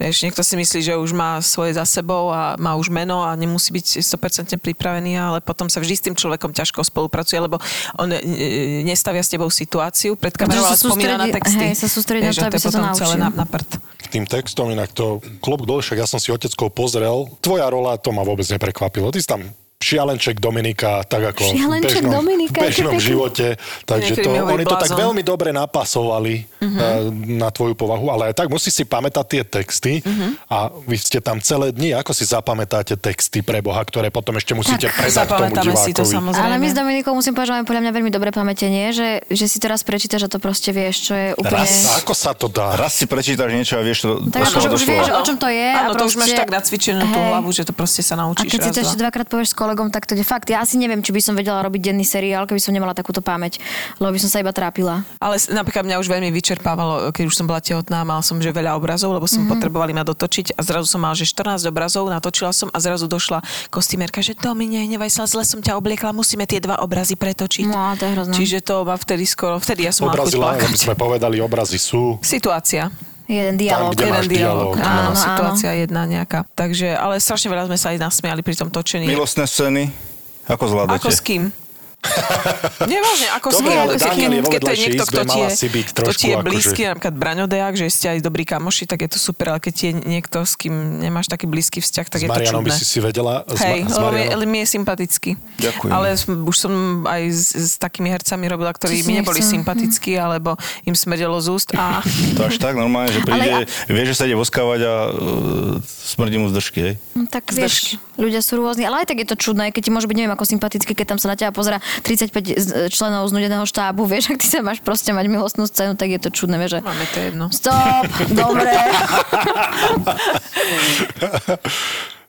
F: Vieš, niekto si myslí, že už má svoje za sebou a má už meno a nemusí byť 100% pripravený, ale potom sa vždy s tým človekom ťažko spolupracuje, lebo on e, e, nestavia s tebou situáciu pred kamerou, ale
H: Pretože sa
F: spomína na
H: sústredí-
F: texty.
H: hej, sa sústredí na
F: Vieš,
H: to,
F: a
H: aby
F: je
H: sa to
F: potom celé
H: naučil.
F: na, na prd.
G: K tým textom inak to klobúk dole, však ja som si oteckou pozrel. Tvoja rola to ma vôbec neprekvapilo. Ty si tam šialenček Dominika, tak ako
H: Šialenček
G: v bežnom,
H: Dominika,
G: v bežnom
H: aké pekné.
G: živote. Takže
F: Niekedy
G: to,
F: mi hovorí
G: oni to tak
F: blázon.
G: veľmi dobre napasovali uh-huh.
H: Mhm.
G: na tvoju povahu, ale aj tak musíš si pamätať tie texty uh-huh.
H: Mhm.
G: a vy ste tam celé dni. Ako si zapamätáte texty pre Boha, ktoré potom ešte musíte
H: Tak,
G: predať tomu
F: Zapamätáme si to
G: divákovi?
F: samozrejme.
H: Ale my s Dominikou musím povedať, že máme podľa mňa veľmi dobré pamätenie, že, že si teraz prečítaš a to proste vieš, čo je úplne...
G: Raz, ako sa to dá?
E: Raz si prečítaš niečo a vieš to
H: Tak akože
E: do slova do
H: už
E: slova.
H: vieš, o čom to je a
F: Áno, to už máš
H: proste-
F: tak nacvičenú tú
H: Hej.
F: hlavu, že to proste sa
H: A
F: naučíš
H: keď si to
F: raz,
H: ešte
F: dva.
H: dvakrát povieš s kolegom, tak to je fakt. Ja asi neviem, či by som vedela robiť denný seriál, keby som nemala takúto pamäť, lebo by som sa iba trápila.
F: Ale s- napríklad mňa už veľmi vyčerpávalo, keď už som bola tehotná, mal som že veľa obrazov, lebo
H: Mhm.
F: som mm-hmm. potrebovali ma dotočiť a zrazu som mal že 14 obrazov, natočila som a zrazu došla kostýmerka, že to mi nehnevaj sa, zle som ťa obliekla, musíme tie dva obrazy pretočiť.
H: No, to je hrozné.
F: Čiže to ma vtedy skoro, vtedy ja som
G: Obrazy,
F: mala chuť
G: len aby
F: plakať.
G: sme povedali, obrazy sú.
F: Situácia.
H: Jeden dialog.
G: kde máš
F: Jeden dialog.
G: dialóg, no.
F: Áno,
H: Áno,
F: situácia jedna nejaká. Takže, ale strašne veľa sme sa aj nasmiali pri tom točení.
E: Milostné scény, ako zvládate?
F: Ako s kým? Nevážne, ako s
G: Dobre,
F: kým,
G: ale
F: proste
G: Daniel
F: keď,
G: je vo
F: keď to je
G: vedľajšej
F: niekto,
G: izbe,
F: kto ti
G: mala
F: je,
G: si byť
F: kto ti je
G: trošku
F: blízky,
G: akože-
F: napríklad Braňo Dejak, že ste aj dobrí kamoši, tak je to super, ale keď je niekto, s kým nemáš taký blízky vzťah, tak
G: S
F: je to
G: Marianom by
F: čudné.
G: si si vedela. s Ma-
F: Hej,
G: s
F: lebo mi,
G: Marianom-
F: mi je sympatický.
E: Ďakujem.
F: Ale som- už som aj s, s takými hercami robila, ktorí
H: Čo si
F: mi neboli
H: nechcela.
F: sympatickí, alebo im smrdelo z úst a
E: To až tak normálne, že
H: Ale
E: príde, vie, že sa ide voskávať a uh, smrdí mu z držky, hej?
H: No, tak vieš, ľudia sú rôzni, ale aj tak je to čudné, keď ti môže byť neviem ako sympatický, keď tam sa na teba pozera 35 z- členov z nudeného štábu, vieš, ak ty sa máš proste mať milostnú scénu, tak je to čudné, vieš, že...
F: máme to jedno.
H: Stop, dobre.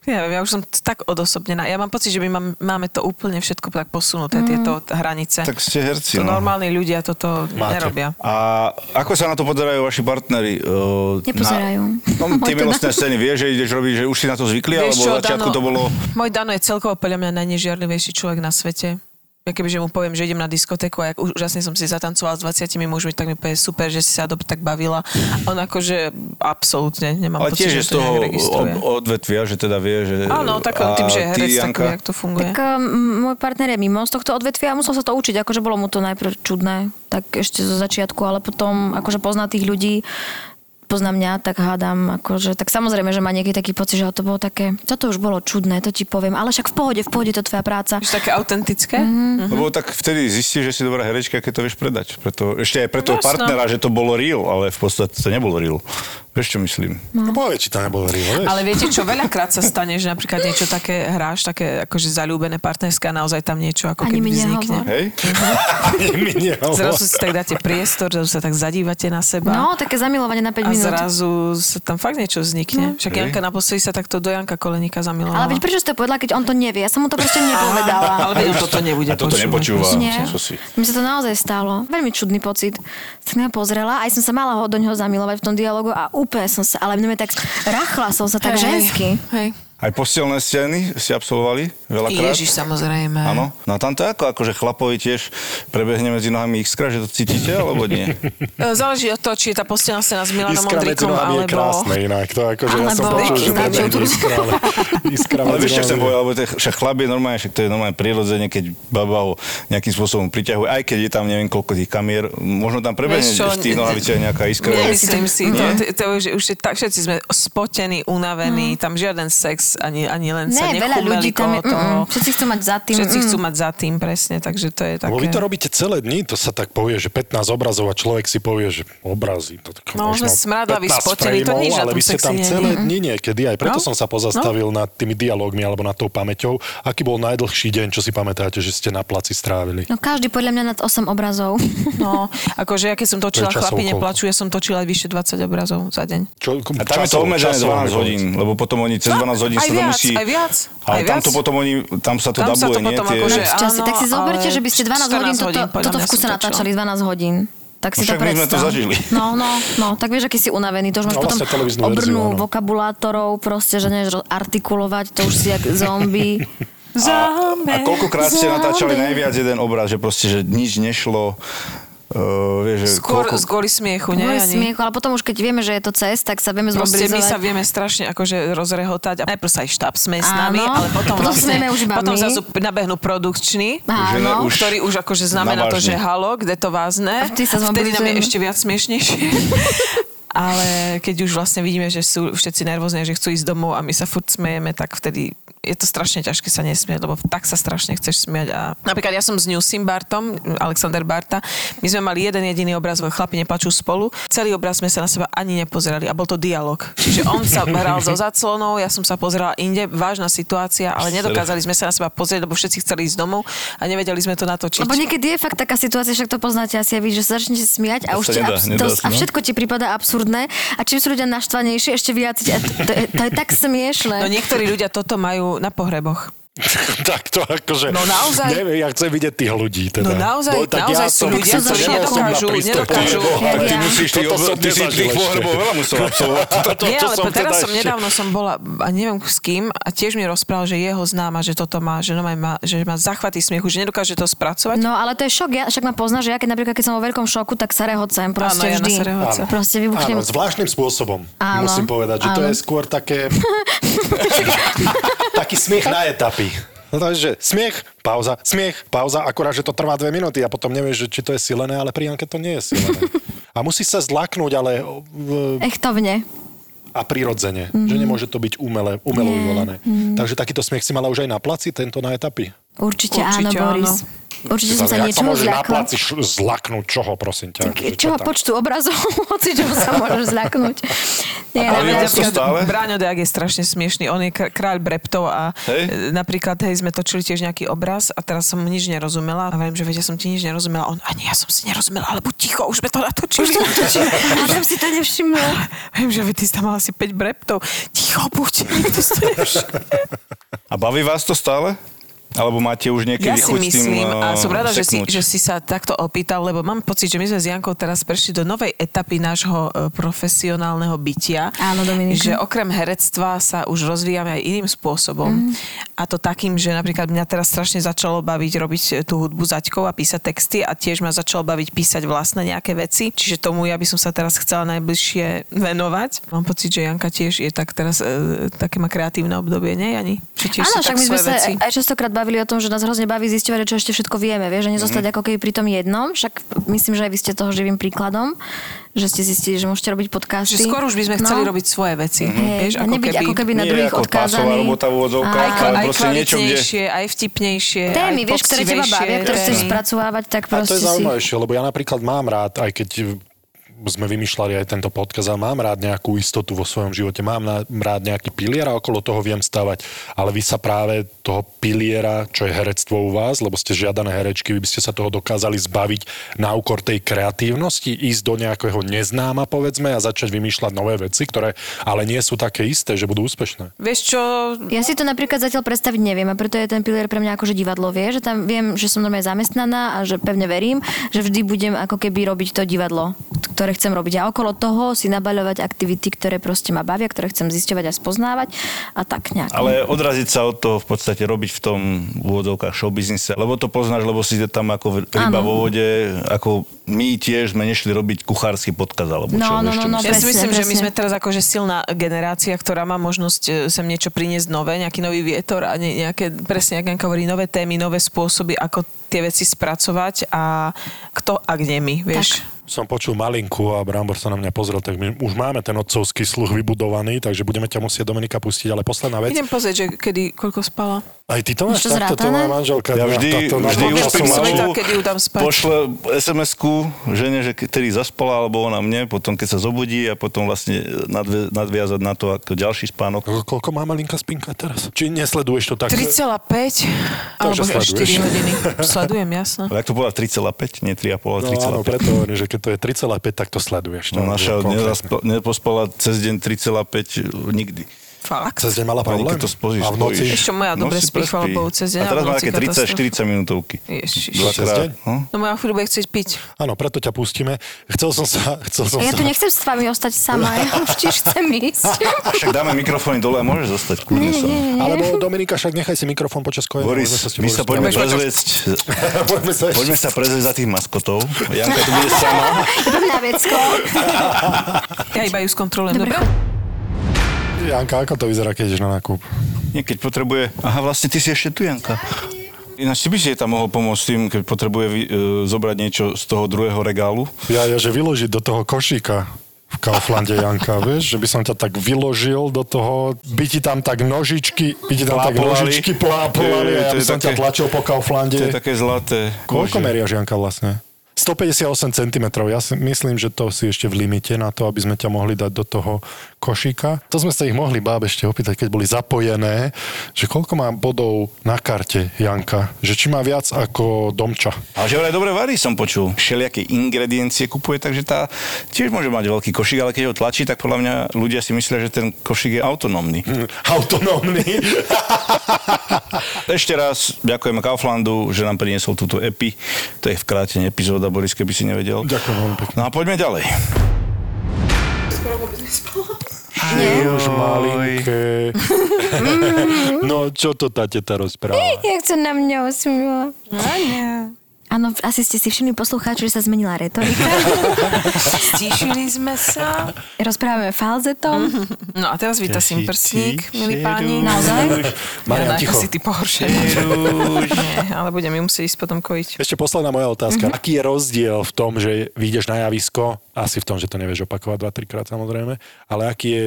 F: Ja, ja už som t- tak odosobnená. Ja mám pocit, že my mám, máme to úplne všetko tak posunuté, tieto t- hranice.
E: Tak ste herci,
F: To
E: no.
F: normálni ľudia toto
G: Máte.
F: nerobia.
E: A ako sa na to pozerajú vaši partneri? Uh,
H: Nepozerajú.
E: Na, no, tie
H: Teda.
E: milostné scény, vie, že ideš robiť, že už si na to zvykli,
F: Vieš
E: alebo
F: čo,
E: v začiatku
F: Dano-
E: to bolo...
F: Môj Dano je celkovo podľa mňa najnežiarlivejší človek na svete. Ja kebyže mu poviem, že idem na diskotéku a jak už- úžasne som si zatancovala s 20 mužmi, tak mi povie super, že si sa dob- tak bavila. On akože absolútne nemám
E: Ale
F: pocit,
E: tiež je
F: že
E: z
F: to nejak
E: toho
F: registruje.
E: od- odvetvia, že teda vie, že...
F: Áno, tak
E: A
F: tým, že je herec,
E: ty,
F: tak
E: Janka,
F: jak to funguje.
H: tak um, môj partner je mimo z tohto odvetvia a musel sa to učiť, akože bolo mu to najprv čudné, tak ešte zo začiatku, ale potom akože pozná tých ľudí, pozná mňa, tak hádam, akože, tak samozrejme, že má nieký taký pocit, že to bolo také, toto už bolo čudné, to ti poviem, ale však v pohode, v pohode, to je tvoja práca.
F: Vieš, také autentické?
H: Mhm.
F: Mm-hmm.
E: Lebo tak vtedy zistíš, že si dobrá herečka, keď to vieš predať. Preto, ešte aj pre toho
F: Jasno.
E: partnera, že to bolo real, ale v podstate to nebolo real. Vieš, čo myslím?
G: No povie, či tam nebolo rývo, vieš?
F: Ale viete čo, veľakrát sa stane, že napríklad niečo také hráš, také akože zalúbené partnerské a naozaj tam niečo ako
H: Ani
F: keby
H: mi
F: vznikne.
H: nehovor.
E: Hej?
G: Ani mi nehovor.
F: Zrazu si tak dáte priestor, zrazu sa tak zadívate na seba.
H: No, také zamilovanie
F: A
H: na 5 minút.
F: zrazu sa tam fakt niečo vznikne. Však
E: Hej.
F: Janka naposledy sa takto do Janka Koleníka zamilovala.
H: No. Ale veď prečo si to povedala, keď on to nevie? Ja som mu to proste
F: Ale
H: nepovedala.
F: veď on toto nebude
E: A toto
F: počúvať.
E: nepočúva.
H: Nie.
E: Co si?
H: Mi sa to naozaj stalo. Veľmi čudný pocit. Som na neho pozrela, aj som sa mala ho do neho zamilovať v tom dialogu a úplne som sa, ale mne tak rachla som sa tak
F: Hej,
H: žensky.
F: Hej.
E: Aj postelné scény ste absolvovali veľakrát?
F: Ježiš, samozrejme.
E: Áno. No a tam to je ako, akože chlapovi tiež prebehne medzi nohami x že to cítite, alebo nie?
F: E, Záleží od toho, či je tá postelná scéna s Milanom
G: Iskra medzi
F: Ondrikom,
G: nohami je
F: alebo...
G: krásne inak. To akože ja som
H: Alebo
G: počul, že
H: na
G: prebehne
H: YouTube.
G: iskra, ale iskra
E: Ale
G: medzi
E: vieš, čo
G: nohami
E: chcem
G: je-
E: povedať, lebo to je, však chlap je normálne, však to je normálne prirodzene, keď baba ho nejakým spôsobom priťahuje, aj keď je tam neviem koľko tých kamier, možno tam prebehne
F: Vieš čo,
E: v tých nohaviciach nejaká iskra.
F: Myslím si, to,
E: Nie?
F: to, to už, už je tak, všetci sme spotení, unavení, tam žiaden sex, vôbec ani, ani len sa
H: Mm. Ne, veľa ľudí
F: nechumeli
H: tam je,
F: kolo toho.
H: mm, mm, všetci chcú mať za tým.
F: Všetci
H: mm.
F: chcú mať za tým, presne, takže to je také...
G: Lebo vy to robíte celé dni, to sa tak povie, že 15 obrazov a človek si povie, že obrazy. To tak
F: No,
G: možno
F: sme smradlaví,
G: 15
F: spotení, to nič na
G: ale
F: tom
G: vy ste
F: sexy
G: tam
F: nie je. Mhm.
G: celé dni niekedy, aj preto
F: No.
G: som sa pozastavil nad tými dialogmi alebo nad tou pamäťou. Aký bol najdlhší deň, čo si pamätáte, že ste na placi strávili?
H: No každý podľa mňa nad 8 obrazov.
F: No, akože ja keď som točila
G: To je časovou
F: Chlapi
G: koľko?
F: neplačú, ja som točila aj vyše 20 obrazov za deň.
G: Čo,
E: A tam je to obmedzené 12 hodín, lebo potom oni cez 12 hodín
F: aj
E: sa to
F: viac,
E: musí...
F: aj viac,
E: Ale
F: aj
E: tam
F: viac.
E: to potom oni, tam sa to
F: Tam sa
E: dabuje,
F: to
E: nie?
F: potom
E: Tie-
F: akože-
H: Máš časy.
F: áno,
H: Tak si zoberte,
F: ale
H: že by ste 12 hodín,
F: 14
H: toto,
F: hodín, podľa
H: toto
F: mňa
H: v kuse
F: som
H: natáčali 12 hodín. Tak si
E: No však
H: to
E: my sme to
H: predstav.
E: zažili.
H: No, no, no, tak vieš, aký si unavený, to už máš
G: No,
H: potom
G: vlastne televíznu verziu,
H: obrnú
G: áno.
H: vokabulátorov, proste, že nevieš roz- artikulovať, to už si jak zombie.
E: A koľkokrát ste natáčali najviac jeden obraz, že proste, že nič nešlo, uh, vieš, že
F: Skôr
E: koľko...
F: z kvôli smiechu, nie?
H: Kvôli
F: Ani-
H: smiechu, ale potom už keď vieme, že je to cest, tak sa vieme
F: Proste my sa
H: zmobilizovať.
F: vieme strašne akože rozrehotať a najprv sa aj štáb sme s
H: Áno.
F: nami, ale potom,
H: Potom
F: vlastne,
H: sme už iba
F: potom
H: my.
F: zase nabehnú produkční,
E: že ne,
H: Áno.
E: už-
F: ktorý už akože znamená to, že
E: navážne.
F: halo, kde to vázne.
H: No. A vtedy sa
F: nám je
H: zmobilizujeme.
F: ešte viac smiešnejšie. Ale keď už vlastne vidíme, že sú všetci nervózni, že chcú ísť domov a my sa furt smejeme, tak vtedy je to strašne ťažké sa nesmieť, lebo tak sa strašne chceš smiať. A... Napríklad ja som s Newsim Bartom, Alexander Barta, my sme mali jeden jediný obraz, vo chlapi neplačú spolu. Celý obraz sme sa na seba ani nepozerali a bol to dialog. Čiže on sa hral so zaclonou, ja som sa pozerala inde, vážna situácia, ale nedokázali sme sa na seba pozrieť, lebo všetci chceli ísť domov a nevedeli sme to natočiť.
H: Lebo niekedy je fakt taká situácia, však to poznáte asi aj vy, že sa začnete smiať a,
E: To
H: už
E: sa
H: ti
E: nedá,
H: abs-
E: nedá
H: to,
E: sa,
H: a
E: no.
H: všetko ti prípada absurdné a čím sú ľudia naštvanejší, ešte viac, a to, to, je- to je tak smiešné.
F: No niektorí ľudia toto majú na pohreboch.
G: tak to akože...
F: No naozaj.
G: Neviem, ja chcem vidieť tých ľudí.
F: No
G: Teda.
F: naozaj,
G: tak
F: naozaj sú
G: som-
F: ľudia,
G: som
H: ktorí
G: nemohol som na
F: nedokážu-
G: prístroj.
F: nedokážu.
G: Ty
H: Jak
G: nebola, tak ty
H: ja.
E: Musíš tých,
G: Toto som
E: obr- ty si
G: nezažil
E: tých
G: ešte.
E: pohrebov veľa musel absolvovať. Toto-
F: Nie,
G: to
F: ale
G: som
F: som teraz
G: teda
F: som
G: ešte-
F: nedávno som bola, a neviem s kým, a tiež mi rozprával, že jeho známa, že toto má, že, no má, že má zachvatý smiechu, že nedokáže to spracovať.
H: No ale to je šok, ja však ma pozná, že ja keď napríklad keď som vo veľkom šoku, tak sa rehocem proste
F: Áno, ja na
H: vždy.
F: sa rehocem.
H: proste vybuchnem.
G: Áno, zvláštnym spôsobom.
H: Áno.
G: Musím povedať, že to
H: Áno.
G: je skôr také... taký smiech na etapy. No takže smiech, pauza, smiech, pauza, akorát, že to trvá dve minúty a potom nevieš, že či to je silené, ale pri Janke to nie je silené. A musí sa zlaknúť, ale o, v-
H: Echtovne.
G: a prirodzene,
H: Mhm.
G: že nemôže to byť umele, umelo vyvolané. Takže takýto smiech si mala už aj na placi, tento na etapy.
H: Určite,
F: Určite
H: áno,
F: áno.
H: Boris. Určite som sa
G: Jak
H: niečoho
G: môžeš na
H: zľakla.
G: placi šl- zlaknúť, čoho, prosím ťa?
H: Tak
G: akože,
H: Čo ma
G: tam?
H: počtu obrazov, hoci čoho sa môžeš zľaknúť. Nie,
E: Ale
H: ale
E: ja som stále.
F: Bráňo Deák je strašne smiešný, on je kr- kráľ breptov a
E: Hej.
F: hej. napríklad, hej, sme točili tiež nejaký obraz a teraz som nič nerozumela a viem, že viete, som ti nič nerozumela, on ani ja som si nerozumela, ale buď ticho, už sme to natočili. Už to natočili.
H: ja som si to nevšimla.
F: viem, že vy ty si tam mala asi 5 breptov. Ticho, buď, nikto si to nevšimol.
E: A baví vás to stále? Alebo máte už
F: Ja si
E: niekedy chuť s tým
F: myslím a
E: eh,
F: som rada, že si,
E: seknúť?
F: že si sa takto opýtal, lebo mám pocit, že my sme s Jankou teraz prešli do novej etapy nášho e, profesionálneho bytia.
H: Áno, Dominika.
F: Že okrem herectva sa už rozvíjame aj iným spôsobom. Mm.
H: Mhm.
F: A to takým, že napríklad mňa teraz strašne začalo baviť robiť e, tú hudbu zaťkov a písať texty a tiež ma začalo baviť písať vlastné nejaké veci. Čiže tomu ja by som sa teraz chcela najbližšie venovať. Mám pocit, že Janka tiež je tak teraz e, také má kreatívne obdobie, nie Jani? Či tiež
H: Áno,
F: si
H: však
F: tak
H: my sme
F: svoje
H: sa
F: veci...
H: aj častokrát bavili o tom, že nás hrozne baví zisťovať, že čo ešte všetko vieme, vieš, že nezostať ako keby pri tom jednom, však myslím, že aj vy ste toho živým príkladom, že ste zistili, že môžete robiť podcasty. No.
F: Že skôr už by sme chceli robiť svoje veci. Vieš,
H: Hej, a
F: ako
H: nebyť
F: keby...
H: ako keby na
E: Nie
H: druhých
E: ako pásová
H: odkázaný.
E: robota v úvodzovkách,
H: Aj-
E: ale
F: aj
E: proste niečo, kde...
F: kvalitnejšie, aj vtipnejšie,
H: Témy,
F: aj
H: vieš, ktoré teba bavia, ktoré
F: poctivejšie
H: chceš
F: témy.
H: spracovávať, tak
G: A to
H: proste
G: je
H: si...
G: zaujímavejšie, lebo ja napríklad mám rád, aj keď sme vymýšľali aj tento podcast a mám rád nejakú istotu vo svojom živote, mám na- rád nejaký pilier a okolo toho viem stavať, ale vy sa práve toho piliera, čo je herectvo u vás, lebo ste žiadané herečky, vy by ste sa toho dokázali zbaviť na úkor tej kreatívnosti, ísť do nejakého neznáma povedzme a začať vymýšľať nové veci, ktoré ale nie sú také isté, že budú úspešné.
F: Vieš čo,
H: Ja si to napríklad zatiaľ predstaviť neviem a preto je ten pilier pre mňa akože divadlo, vie, že tam viem, že som normálne zamestnaná a že pevne verím, že vždy budem ako keby robiť to divadlo, t- ktoré chcem robiť. A okolo toho si nabaľovať aktivity, ktoré proste ma bavia, ktoré chcem zisťovať a spoznávať a tak nejak.
E: Ale odraziť sa od toho v podstate robiť v tom v úvodzovkách showbiznise, lebo to poznáš, lebo si tam ako ryba
H: Áno.
E: vo vode, ako my tiež sme nešli robiť kuchársky podkaz, alebo čo,
H: No, no,
E: vieš, čo
H: no, no,
E: myslím.
F: ja si
H: Presne,
F: myslím, že my
H: presne.
F: sme teraz akože silná generácia, ktorá má možnosť e, sem niečo priniesť nové, nejaký nový vietor a ne- nejaké, presne ako Janka hovorí, nové témy, nové spôsoby, ako tie veci spracovať a kto ak nie my, vieš.
H: Tak.
G: som počul malinku a Brambor sa na mňa pozrel, tak my už máme ten otcovský sluch vybudovaný, takže budeme ťa musieť Dominika pustiť, ale posledná vec.
F: Idem pozrieť, že kedy, koľko spala.
G: Aj ty to máš
H: Už to
G: takto, to
H: zrátané?
G: má manželka.
E: Ja vždy,
G: táto,
E: vždy
F: na-
E: už
F: na-
E: pri
F: na-
E: malu
F: na- kedy ju dám spať.
E: pošle SMS-ku žene, že ktorý zaspala, alebo ona mne, potom keď sa zobudí a potom vlastne nadve, nadviazať na to ako ďalší spánok.
G: Ko- Koľko má malinka spinka teraz? Či nesleduješ to tak?
F: 3,5 alebo
G: sleduješ.
F: 4 hodiny. Sledujem, jasno.
E: Ale ak to bola 3,5, nie 3,5, ale
G: No áno,
E: 3,5.
G: preto hovorím, že keď to je 3,5, tak to sleduješ.
E: No,
G: To je
E: naša
G: konkrétne.
E: nezaspo- nepospala cez deň 3,5 e, nikdy.
F: Fakt.
G: Cez deň mala
E: Pani,
G: problém?
E: keď to spozíš,
G: a v noci?
E: spojíš.
F: Ešte moja dobre
E: si
F: spí, chvala
E: prespí.
F: Bohu, cez deň,
E: A
F: ale v
E: teraz má
F: noci
E: také
F: katastrofa.
E: 30-40 minútovky.
F: Ježiš.
G: Cez deň?
E: Dvakrát. hm?
F: No moja chudoba chce piť.
G: Áno, preto ťa pustíme. Chcel som sa... Chcel som
H: A ja
G: sa...
H: tu nechcem s vami ostať sama, ja už tiež chcem ísť.
E: Však dáme mikrofóny dole a môžeš zostať kľudne sa.
G: Alebo Dominika, však nechaj si mikrofón počas kojenia. poďme
E: Boris,
G: s
E: my
G: tebou
F: Dobre,
E: sa poďme
G: rozprávať.
F: počkaj.
E: prezviesť.
G: poďme sa ešte...
E: Poďme sa prezviesť za tých maskotov. Janka tu bude sama.
H: Idem na vecko.
F: Ja iba ju skontrolujem.
H: Dobre,
F: Dobre?
H: chod.
G: Janka, ako to vyzerá, keď ideš na nákup?
E: Nie, keď potrebuje... Aha, vlastne ty si ešte tu, Janka. Ináč, ty by si jej tam mohol pomôcť tým, keď potrebuje vy, e, zobrať niečo z toho druhého regálu.
G: Ja, ja, že vyložiť do toho košíka v Kauflande, Janka, vieš, že by som ťa tak vyložil do toho, by ti tam tak nožičky, by ti tam tak
E: Plápolali.
G: nožičky plápolali
E: Je,
G: a ja
E: to
G: by
E: je
G: som ťa
E: také-
G: tlačil po Kauflande.
E: To je také zlaté. Bože.
G: Koľko meriaš, Janka, vlastne? 158 cm. Ja si myslím, že to si ešte v limite na to, aby sme ťa mohli dať do toho košíka. To sme sa ich mohli báb ešte opýtať, keď boli zapojené, že koľko má bodov na karte Janka, že či má viac ako Domča.
E: Ale že vraj dobre varí, som počul. Všelijaké ingrediencie kupuje, takže tá tiež môže mať veľký košík, ale keď ho tlačí, tak podľa mňa ľudia si myslia, že ten košík je autonómny.
G: Autonómny.
E: Ešte raz ďakujeme Kauflandu, že nám priniesol túto epi. To je v krátene epizóda, Boris, keby si nevedel.
G: Ďakujem veľmi pekne.
E: No a poďme ďalej.
G: Ty už malinké. no, čo to tá teta rozpráva?
H: Jak sa na mňa osmiela. Áno, asi ste si všimli poslucháči, že sa zmenila retorika.
F: Stíšili sme sa.
H: Rozprávame falzetom.
F: No a teraz vytasím prsník, milí páni.
H: Naozaj?
G: Marian, ticho.
F: si ty pohoršený. Nie, ale budem ju musieť ísť potom kojiť.
G: Ešte posledná moja
F: Mhm.
G: otázka. Mm-hmm. Aký je rozdiel v tom, že vyjdeš na javisko, asi v tom, že to nevieš opakovať 2-3 krát samozrejme, ale aký je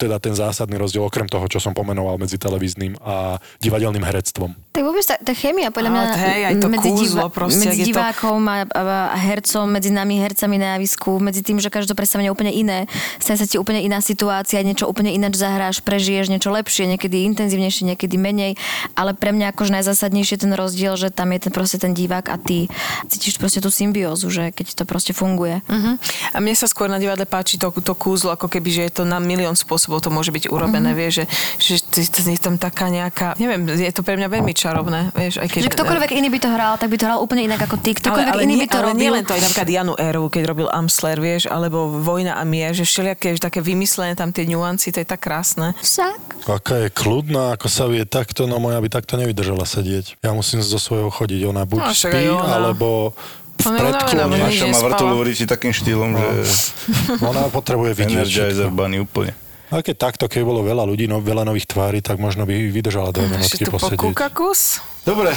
G: teda ten zásadný rozdiel, okrem toho, čo som pomenoval medzi televíznym a divadelným herectvom?
H: Tak vôbec tá, tá chémia, podľa
F: Á,
H: mňa,
F: hej, aj to
H: medzi,
F: kúzlo proste, ak
H: medzi
F: je to-
H: divákom a, a, a hercom, medzi nami hercami na javisku, medzi tým, že každé predstavenie je úplne iné, stane sa ti úplne iná situácia, niečo úplne ináč zahráš, prežiješ niečo lepšie, niekedy intenzívnejšie, niekedy menej, ale pre mňa akože najzásadnejšie je ten rozdiel, že tam je ten proste ten divák a ty cítiš proste tú symbiózu, že keď to proste funguje.
F: Mhm. A mne sa skôr na divadle páči to, to kúzlo, ako keby, že je to na milión spôsobov, to môže byť urobené, vieš, že, že ty- to je tam taká nejaká, neviem, je to pre mňa veľmi čarovné, vieš, aj keď...
H: Že ktokoľvek iný by to hral, tak by to hral úplne inak ako ty. Ktokoľvek iný by to
F: ale
H: robil.
F: nie len to, aj napríklad Janu Eru, keď robil Amsler, vieš, alebo Vojna a mier, že všelijaké že také vymyslené tam tie nuancy, to je tak krásne.
H: Však.
G: Aká je kľudná, ako sa vie takto, no moja by takto nevydržala sedieť. Ja musím zo svojho chodiť, ona buď
F: No,
G: no,
F: však
G: spí,
F: aj ona.
G: alebo v
F: Ona je unavená,
G: predklone.
F: ona
E: Naša
F: Nikdy
E: ma
F: nespala.
E: vrtol hovorí si takým štýlom, že
G: Ona potrebuje vidieť
E: Energizer
G: No. všetko.
E: bunny úplne.
G: A keď takto, keď bolo veľa ľudí, no veľa nových tvári, tak možno by vydržala dve minútky
F: Ešte tu
G: posedieť.
F: pokúka kus.
E: Dobre,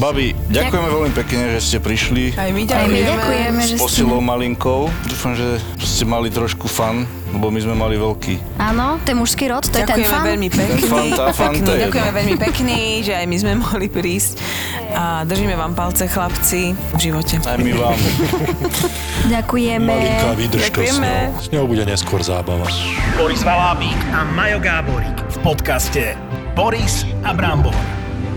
E: babi, ďakujeme veľmi pekne, že ste prišli.
F: Aj my
H: Aj my
F: ďakujeme.
H: ďakujeme, že
E: S
H: ste...
E: posilou malinkou. Dúfam, že ste mali trošku fan, lebo my sme mali veľký.
H: Áno, ten mužský rod, to je ten
F: Ďakujeme
H: fan.
F: veľmi pekný.
E: Ten fan, tá fan, to
F: pekný.
E: je
F: Ďakujeme
E: jedno.
F: veľmi pekný, že aj my sme mohli prísť. A držíme vám palce, chlapci, v živote.
E: Aj my vám.
H: Ďakujeme.
G: Malinká výdržka s
F: Ďakujeme.
G: ňou. S ňou bude neskôr zábava.
B: Boris Valábík a Majo Gáborík v podcaste Boris a Brambor.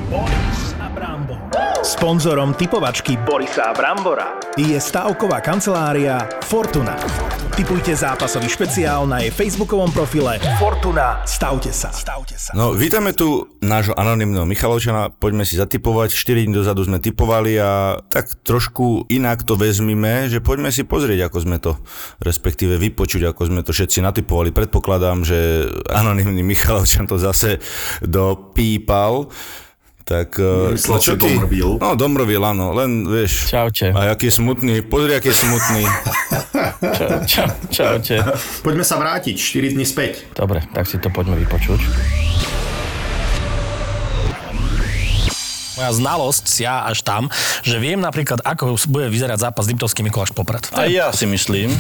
B: Boris a Brambor. Sponzorom typovačky Borisa a Brambora je stavková kancelária Fortuna. Typujte zápasový špeciál na jej facebookovom profile Fortuna. Stavte sa. Stavte sa.
E: No, vítame tu nášho anonimného Michalovčana. Poďme si zatipovať. 4 dní dozadu sme typovali a tak trošku inak to vezmime, že poďme si pozrieť, ako sme to, respektíve vypočuť, ako sme to všetci natypovali. Predpokladám, že anonimný Michalovčan to zase dopípal. Tak, eh,
I: Myslel si Domrvil.
E: No, Domrvil, áno, len vieš.
J: Čaute.
E: A aký je smutný, pozri, aký je smutný.
J: Čau, čau, čaute.
I: Poďme sa vrátiť 4 dní späť.
J: Dobre, tak si to poďme vypočuť. moja znalosť ja až tam, že viem napríklad, ako bude vyzerať zápas Liptovský Mikuláš Poprad.
E: A ja si myslím,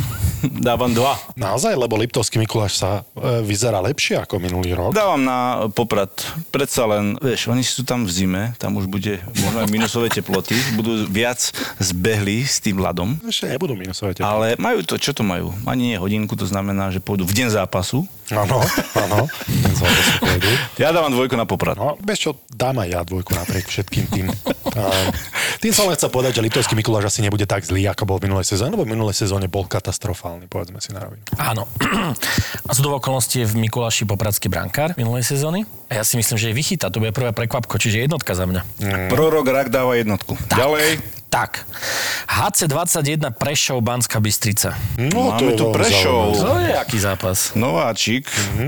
E: dávam dva.
G: Naozaj, lebo Liptovský Mikuláš sa e, vyzerá lepšie ako minulý rok.
E: Dávam na Poprad. Predsa len, vieš, oni sú tam v zime, tam už bude možno aj minusové teploty, budú viac zbehli s tým ľadom.
G: Ešte nebudú minusové teploty.
E: Ale majú to, čo to majú? Ani nie hodinku, to znamená, že pôjdu v deň zápasu.
G: Áno, áno. Ten zápas sa pôjdu.
E: Ja dávam dvojku na Poprad.
G: No, vieš čo, dám aj ja dvojku napriek všetkým tým. A, tým som len chcel povedať, že Liptovský Mikuláš asi nebude tak zlý, ako bol v minulej sezóne, lebo v minulej sezóne bol katastrofálny, povedzme si na rovinu.
J: Áno. No. A sú do okolnosti je v Mikuláši popradský brankár minulej sezóny. A ja si myslím, že je vychytá. To bude prvé prekvapko, čiže jednotka za mňa.
E: Prorok Rak dáva jednotku. Ďalej.
J: Tak. HC21 Prešov Banská Bystrica.
G: No,
E: Máme tu
G: veľmi
E: Prešov.
G: zaujímavé. Mhm.
J: To je aký zápas.
E: Nováčik.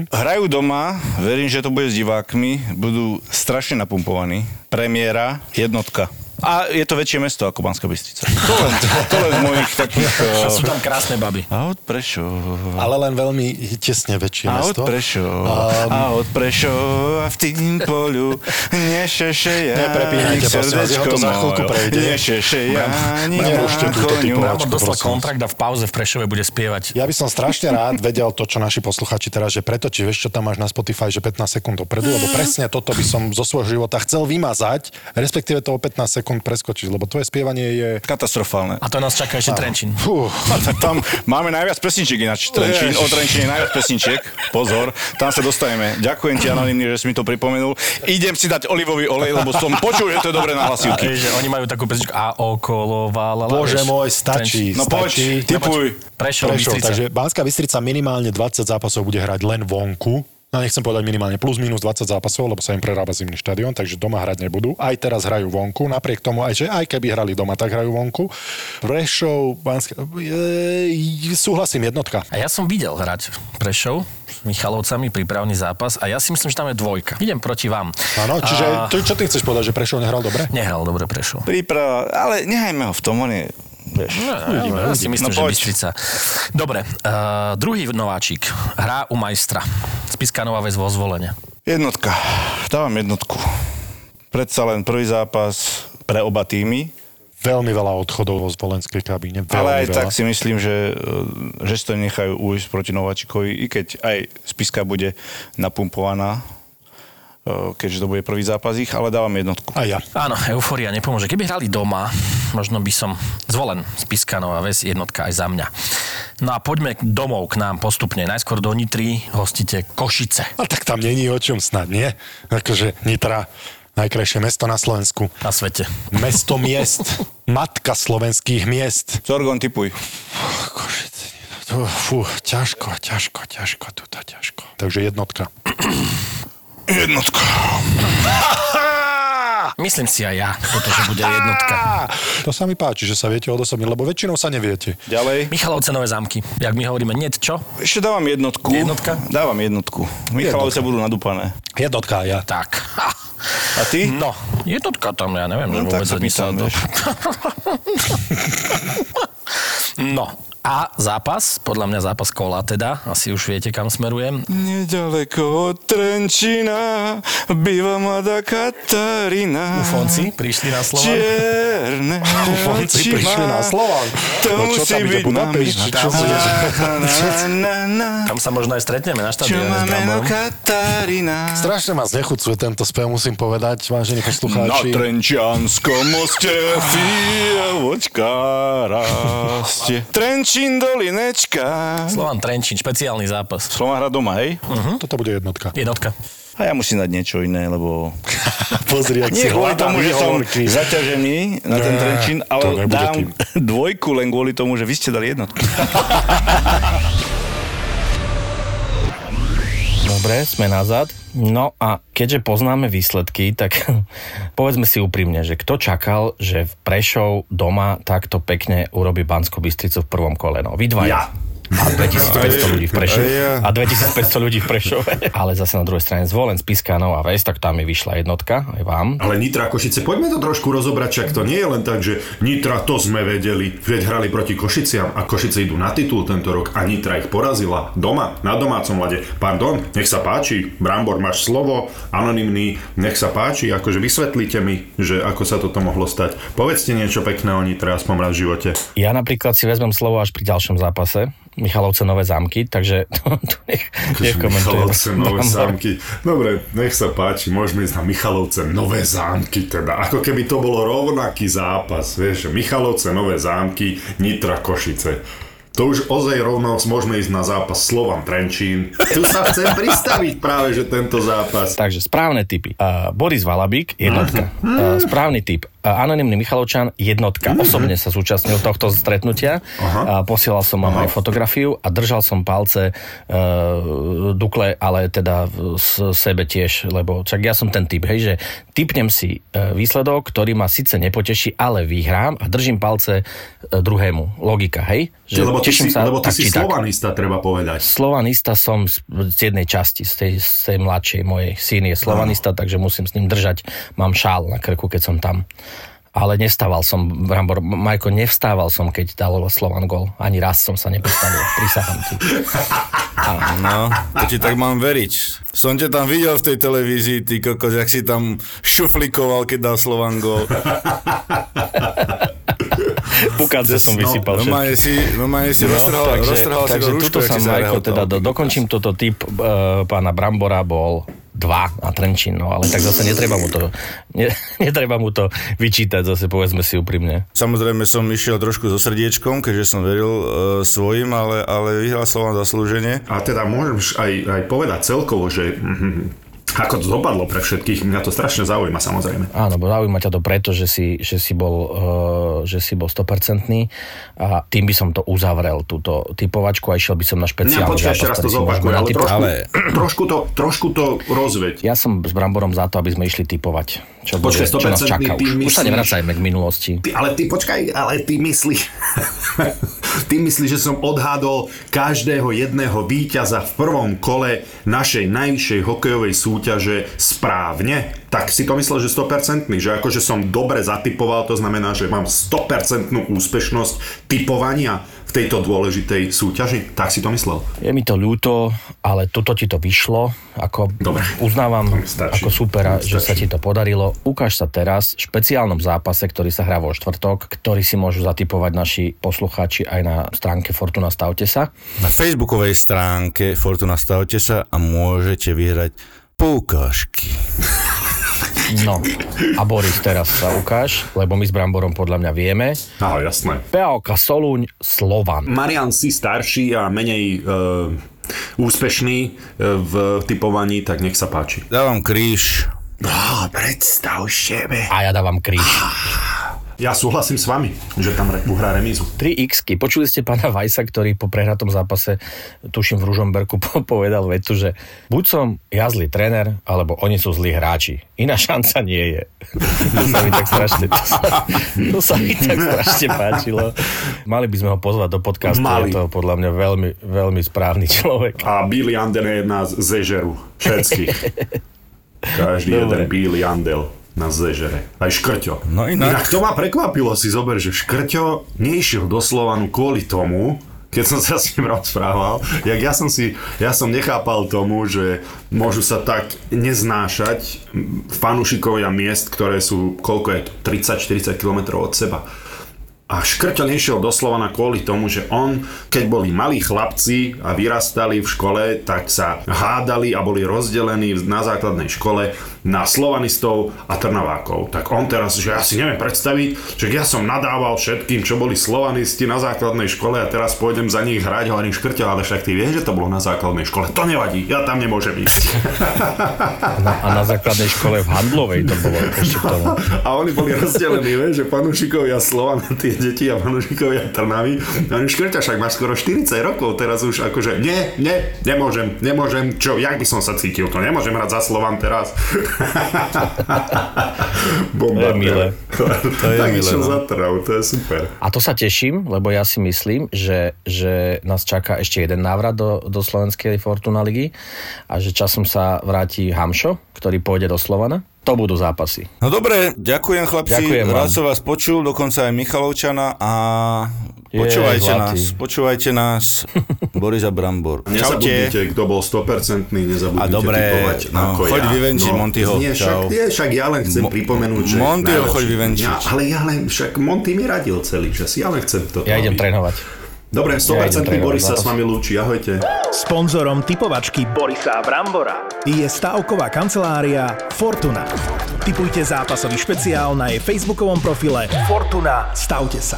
E: Hrajú doma, verím, že to bude s divákmi, budú strašne napumpovaní. Premiéra, jednotka. A je to väčšie mesto ako Banská Bystrica. To len, to len z mojich takých...
J: A
E: eh,
J: sú tam krásne baby.
E: A od Prešov.
G: Ale len veľmi tesne väčšie
E: No. A od
G: mesto.
E: Prešov.
G: Um,
E: A od Prešov. A v tým polu nešeše ja.
G: Neprepínajte, prosím vás, jeho to za chvíľku prejde.
E: Nešeše ja.
G: nemôžte túto typovačku.
J: Lebo dostal
G: prosím.
J: kontrakt a v pauze v Prešove bude spievať.
G: Ja by som strašne rád vedel to, čo naši posluchači teraz, že preto, či vieš, čo tam máš na Spotify, že 15 sekúnd dopredu,
E: Mhm.
G: lebo presne toto by som zo svojho života chcel vymazať, respektíve to o 15 sekúnd preskočiť, lebo tvoje spievanie je...
E: Katastrofálne.
J: A to nás čaká ešte Trenčín.
G: Fú,
E: Tam máme najviac pesničiek ináč. Trenčín, o Trenčine najviac pesničiek. Pozor, tam sa dostaneme. Ďakujem ti, anonimný, že si mi to pripomenul. Idem si dať olivový olej, lebo som počul, že to je dobré
J: A
E: na hlasivky.
J: vieš, že oni majú takú pesničku a okolo vála.
G: Bože môj, stačí,
E: No poď,
G: stačí.
E: typuj.
J: Prešov,
G: Prešov,
J: Bystrica.
G: takže Banská Bystrica minimálne 20 zápasov bude hrať len vonku. No nechcem povedať minimálne plus minus 20 zápasov, lebo sa im prerába zimný štadión, takže doma hrať nebudú. Aj teraz hrajú vonku, napriek tomu, aj, že aj keby hrali doma, tak hrajú vonku. Prešov, Banská... E, súhlasím, jednotka.
J: A ja som videl hrať Prešov s Michalovcami prípravný zápas a ja si myslím, že tam je dvojka. Idem proti vám.
G: Áno, čiže
E: Ah.
J: A-
G: to, čo ty chceš povedať, že Prešov nehral dobre?
J: Nehral dobre Prešov.
E: Príprava, ale nehajme ho v tom, on je, No, vieš.
J: Uvidíme, ja si myslím,
E: No
J: že
E: poď.
J: Bystrica. Dobre, uh, druhý nováčik hrá u majstra. Spiska Nová väz vo zvolenie.
E: Jednotka. Dávam jednotku. Predsa len prvý zápas pre oba týmy,
G: Veľmi veľa odchodov vo zvolenskej kabíne. Veľmi
E: ale aj
G: veľa.
E: tak si myslím, že, e, že si to nechajú ujsť proti Nováčikovi, i keď aj spiska bude napumpovaná, e, keďže to bude prvý zápas ich, ale dávam jednotku.
G: A ja.
J: Áno, euforia nepomôže. Keby hrali doma, možno by som zvolen Spiska Nová väz, jednotka aj za mňa. No a poďme k- domov k nám postupne. Najskôr do Nitry hostite Košice.
G: A tak tam není o čom snad, nie? Akože Nitra, najkrajšie mesto na Slovensku.
J: Na svete.
G: Mesto miest. Matka slovenských miest.
E: Zorgon, typuj.
G: Košice. To, fú, ťažko, ťažko, ťažko, tuto ťažko. Takže jednotka.
E: Jednotka.
J: Myslím si aj ja, pretože bude jednotka.
G: Á, to sa mi páči, že sa viete odosobniť, lebo väčšinou sa neviete.
E: Ďalej.
J: Michalovce nové zámky. Jak my hovoríme, niet čo?
E: Ešte dávam jednotku.
J: Jednotka?
E: Dávam jednotku. Michalovce budú nadúpané.
G: Jednotka ja.
J: Tak.
E: A ty?
G: Mm.
J: No, jednotka tam, ja neviem, že
E: No,
J: vôbec
E: tak sa
J: oni sa
E: pýtam,
J: do...
E: vieš.
J: No, a zápas, podľa mňa zápas kola teda, asi už viete, kam smerujem.
E: No. Nedaleko od Trenčina býva mladá Katarína.
J: Ufonci prišli na Slovan.
E: Čierne
G: Vonci prišli na Slován.
E: To
G: No čo
E: musí
G: tam ide
E: byť
G: Budapešť? či Čo
J: Tam
G: bude?
J: Tam sa možno aj stretneme na
E: Čo
J: štadióne s
E: má meno
J: Bramborom.
E: Katarína?
G: Strašne ma znechucuje tento spev, musím povedať, vážení
E: Na
G: poslucháči.
E: Trenčianskom moste fievočka rastie. Trenčín dolinečka.
J: Slovan Trenčín, špeciálny zápas.
E: Slován hra doma, hej?
G: Mhm. Toto bude jednotka.
J: Jednotka.
E: A ja musím dať niečo iné, lebo...
G: Pozri, ak
E: Nie
G: si
E: kvôli
G: hľadám
E: tomu, že som
G: výhovorky.
E: zaťažený na ten
G: Nie,
E: Trenčín,
G: to
E: ale
G: nebude
E: dám
G: tým.
E: dvojku len kvôli tomu, že vy ste dali jednotku.
I: Dobre, sme nazad. No a keďže poznáme výsledky, tak povedzme si úprimne, že kto čakal, že v Prešov doma takto pekne urobí Banskú Bystricu v prvom kole? No, vy dvaja. Ja.
J: a 2500 ľudí v Prešove.
E: Ja.
J: A 2500 ľudí v Prešove. Ale zase na druhej strane zvolen Spiskanov a Ves, tak tam je vyšla jednotka, aj vám.
I: Ale Nitra Košice, poďme to trošku rozobrať, čak to nie je len tak, že Nitra to sme vedeli, veď hrali proti Košiciam a Košice idú na titul tento rok a Nitra ich porazila doma, na domácom lade. Pardon, nech sa páči, Brambor máš slovo, anonymný, nech sa páči, akože vysvetlite mi, že ako sa toto mohlo stať. Povedzte niečo pekné o Nitre, aspoň raz v živote.
J: Ja napríklad si vezmem slovo až pri ďalšom zápase. Michalovce nové zámky, takže to, to nech, nech komentujem.
I: Akože Michalovce, nové
J: Brambor.
I: zámky. Dobre, nech sa páči, môžeme ísť na Michalovce, nové zámky teda. Ako keby to bolo rovnaký zápas, vieš, Michalovce, nové zámky, Nitra, Košice. To už ozaj rovno môžeme ísť na zápas Slovan Trenčín. Tu sa chcem pristaviť práve, že tento zápas. Mhm.
J: Takže správne typy. Uh, Boris Valabík, jednotka. Uh, správny typ. Uh, anonymný Michalovčan, jednotka. Osobne sa zúčastnil tohto stretnutia. Uh, posielal som vám aj fotografiu a držal som palce uh, Dukle, ale teda v- s sebe tiež, lebo čak ja som ten typ, hej, že typnem si uh, výsledok, ktorý ma síce nepoteší, ale vyhrám a držím palce uh, druhému. Logika, hej? Že
I: lebo ty
J: teším
I: si, lebo ty
J: tak
I: si
J: či tak.
I: slovanista, treba povedať.
J: Slovanista som z, z jednej časti, z tej, z tej mladšej mojej. Syn je slovanista, takže musím s ním držať. Mám šál na krku, keď som tam. Ale nestával som, Brambor, Majko, nevstával som, keď dal Slovan gol. Ani raz som sa nepostavil, prisahám ti.
E: No, to ti tak mám veriť. Som ťa tam videl v tej televízii, ty kokos, jak si tam šuflikoval, keď dal Slovan gol.
J: Pukance som vysypal
E: no,
J: všetky.
E: normálne si, normálne si no, roztrhal,
J: takže,
E: roztrhal
J: takže
E: si do rúšku,
J: tuto
E: jak
J: som,
E: si no,
J: Majko,
E: zahral
J: teda
E: to.
J: do, dokončím toto typ uh, pána Brambora bol 2 na Trenčín, no ale tak zase netreba mu to, ne, netreba mu to vyčítať, zase povedzme si úprimne.
E: Samozrejme som išiel trošku so srdiečkom, keďže som veril e, svojim, ale, ale vyhral Slovan zaslúženie.
I: A teda môžeš aj, aj povedať celkovo, že mhm, ako to dopadlo pre všetkých, mňa to strašne zaujíma samozrejme.
J: Áno, bo zaujíma ťa to preto, že si, že si bol, uh, že si bol 100% a tým by som to uzavrel, túto typovačku a išiel by som na
I: Mňa
J: špeciálny
I: počkaj, ešte raz
J: ktorý
I: to
J: si môžeme
I: zopakuj, ale
J: natypovať.
I: trošku, trošku, to, trošku to rozveď.
J: Ja som s Bramborom za to, aby sme išli typovať, čo,
I: Počkaj,
J: bude, čo nás
I: 100%
J: čaká
I: ty
J: už. Už sa
I: myslíš-
J: nevracajme k minulosti.
I: Ty, ale ty počkaj, ale ty myslíš, ty myslíš, že som odhadol každého jedného víťaza v prvom kole našej najvyššej hokejovej súťaže správne? Tak si to myslel, že 100%, že akože som dobre zatipoval, to znamená, že mám 100% úspešnosť typovania v tejto dôležitej súťaži? Tak si to myslel?
J: Je mi to ľúto, ale tuto ti to vyšlo. Ako
I: Dobre.
J: uznávam
I: To mi stačí.
J: ako supera,
I: To mi
J: že sa
I: stačí.
J: ti to podarilo. Ukáž sa teraz v špeciálnom zápase, ktorý sa hrá vo štvrtok, ktorý si môžu zatipovať naši poslucháči aj na stránke Fortuna Stavte sa.
E: Na facebookovej stránke Fortuna stavte sa a môžete vyhrať poukážky.
J: No a Boris, teraz sa ukáž, lebo my s Bramborom podľa mňa vieme.
I: Áno, jasné.
J: PAOK Solúň Slovan.
I: Marian si starší a menej e, úspešný e, v typovaní, tak nech sa páči.
E: Dávam kríž.
I: Á, No, predstav sebe. Ah.
J: A ja dávam kríž.
I: Ja súhlasím s vami, že tam re- uhrá remízu.
J: 3 x Počuli ste pána Vajsa, ktorý po prehratom zápase, tuším v Ružomberku, po- povedal vetu, že buď som ja zlý tréner, alebo oni sú zlí hráči. Iná šanca nie je. To sa mi tak strašne, to sa, to sa mi tak strašne páčilo. Mali by sme ho pozvať do podcastu,
I: Mali.
J: je to podľa mňa veľmi, veľmi správny človek.
I: A Billy Andel je nás zežeru. Všetkých. Každý jeden Billy Andel nás zežere. Aj Škrťo.
E: No inak-
I: inak to ma prekvapilo, si zober, že Škrťo nešiel do Slovanu kvôli tomu, keď som sa s ním rozprával, jak ja som si, ja som nechápal tomu, že môžu sa tak neznášať fanúšikovia miest, ktoré sú, koľko je to, 30-40 km od seba. A Škrťo nešiel do Slovana kvôli tomu, že on, keď boli malí chlapci a vyrastali v škole, tak sa hádali a boli rozdelení na základnej škole na slovanistov a trnavákov. Tak on teraz, že ja si neviem predstaviť, že ja som nadával všetkým, čo boli slovanisti na základnej škole a teraz pôjdem za nich hrať, hovorím Škrťo, ale však ty vieš, že to bolo na základnej škole. To nevadí, ja tam nemôžem ísť.
J: Na, a na základnej škole v Handlovej to bolo ešte k tomu.
I: A oni boli rozdelení, vieš, že panušikovia Slovana, tie deti a panušikovia Trnavy. A oni škrťa, však máš skoro 40 rokov, teraz už akože, nie, nie, nemôžem, nemôžem, čo, jak by som sa cítil, to nemôžem hrať za Slovan teraz. Bomba.
J: To je milé.
I: To, to
E: je
I: tak
E: milé,
I: išiel
E: no.
I: za trau, to je super.
J: A to sa teším, lebo ja si myslím, že, že nás čaká ešte jeden návrat do, do slovenskej Fortuna ligy a že časom sa vráti Hamšo, ktorý pôjde do Slovana. To budú zápasy.
E: No dobre, ďakujem chlapci,
J: Ďakujem vám.
E: rád som vás počul, dokonca aj Michalovčana a
J: Je,
E: počúvajte
J: zlatý.
E: nás, počúvajte nás, Boris a Brambor. Čaute.
I: Nezabudnite, kto bol 100% nezabudnite
E: A dobre,
I: typovať
E: no,
I: ako
E: choď
I: ja.
E: vyvenčiť Montyho,
I: Nie, však,
E: čau.
I: nie, však ja len chcem
E: Mo-
I: pripomenúť, že...
E: Montyho
I: najlepší-
E: choď vyvenčiť.
I: Ja, ale ja len, však Monty mi radil celý čas, ja len chcem to.
J: Ja idem
I: robiť.
J: trénovať.
I: Dobre, 100%
J: trénovať
I: Boris
J: zápas.
I: sa s vami lúči, ahojte.
B: Sponzorom typovačky Borisa Brambora je stavková kancelária Fortuna. Typujte zápasový špeciál na jej facebookovom profile Fortuna. Stavte sa.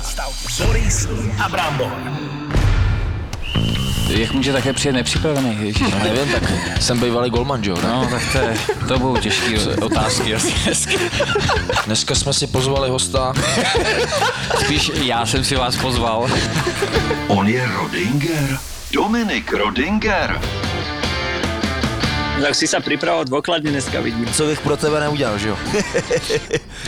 B: Boris a Brambor.
K: Jak může také přijet nepřipravený, když no, nevím, tak jsem bývalý golman, že jo? No, tak to, je, to budou těžké otázky asi dneska. Dneska jsme si pozvali hosta, spíš já jsem si vás pozval.
L: On je Rodinger. Dominik Rodinger.
M: Tak si sa pripravoval dôkladne dneska vidím.
K: Co bych pro tebe neudělal, že jo?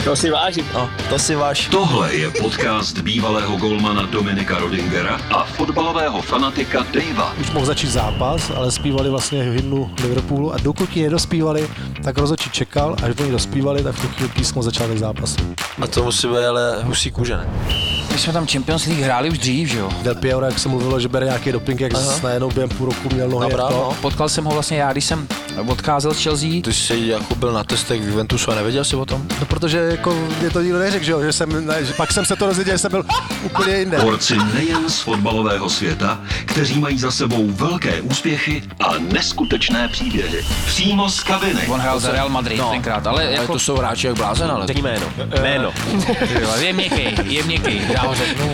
M: To si vážim.
K: No, to si váš.
L: Tohle je podcast bývalého golmana Dominika Rodingera a fotbalového fanatika Davea.
N: Už mohl začít zápas, ale zpívali vlastně hymnu Liverpoolu a dokud ji nedospívali, tak rozhodčí čekal, až oni dospívali, tak v tu chvíli písmo začátek zápasu.
K: A to musí být ale husí kůže, ne? My jsme tam Champions League hráli už dřív, že jo?
N: Del Piero, jak se mluvilo, že bere nějaký doping, jak
K: Aha.
N: zase najednou během půl roku měl nohy.
K: No,
N: jak
K: bravo,
N: to.
K: no. Potkal jsem ho vlastně já, když jsem odcházel z Chelsea. Ty jsi jako byl na testech v Juventusu a nevěděl jsi o tom?
N: No, protože jako mě to nikdo neřekl, že jo, že jsem, ne, že pak jsem se to dozvěděl, že jsem byl úplně jinde.
L: Porci nejen z fotbalového světa, kteří mají za sebou velké úspěchy a neskutečné příběhy. Přímo z kabiny.
K: On hrál za Real Madrid no. tenkrát, ale, ale jako... to jsou hráči jak blázen, ale... Řekni jméno. Jméno. je měkký, je měkký, já ho řeknu.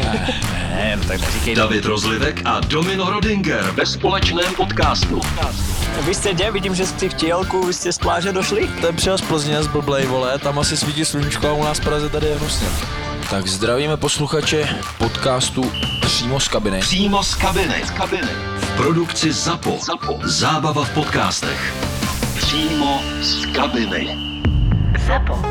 K: Ne, no tak neříkej.
L: David Rozlivek a Domino Rodinger ve společném podcastu.
M: Vy ste kde? Vidím, že ste v tielku, vy ste z pláže došli.
K: Ten přijel z Plzně z Blblej, vole, tam asi svítí sluníčko a u nás v Praze tady je hnusně. Tak zdravíme posluchače podcastu Přímo z kabiny.
L: Přímo z kabiny. Z kabiny. V produkci ZAPO. ZAPO. Zábava v podcastech. Přímo z kabiny.
A: ZAPO.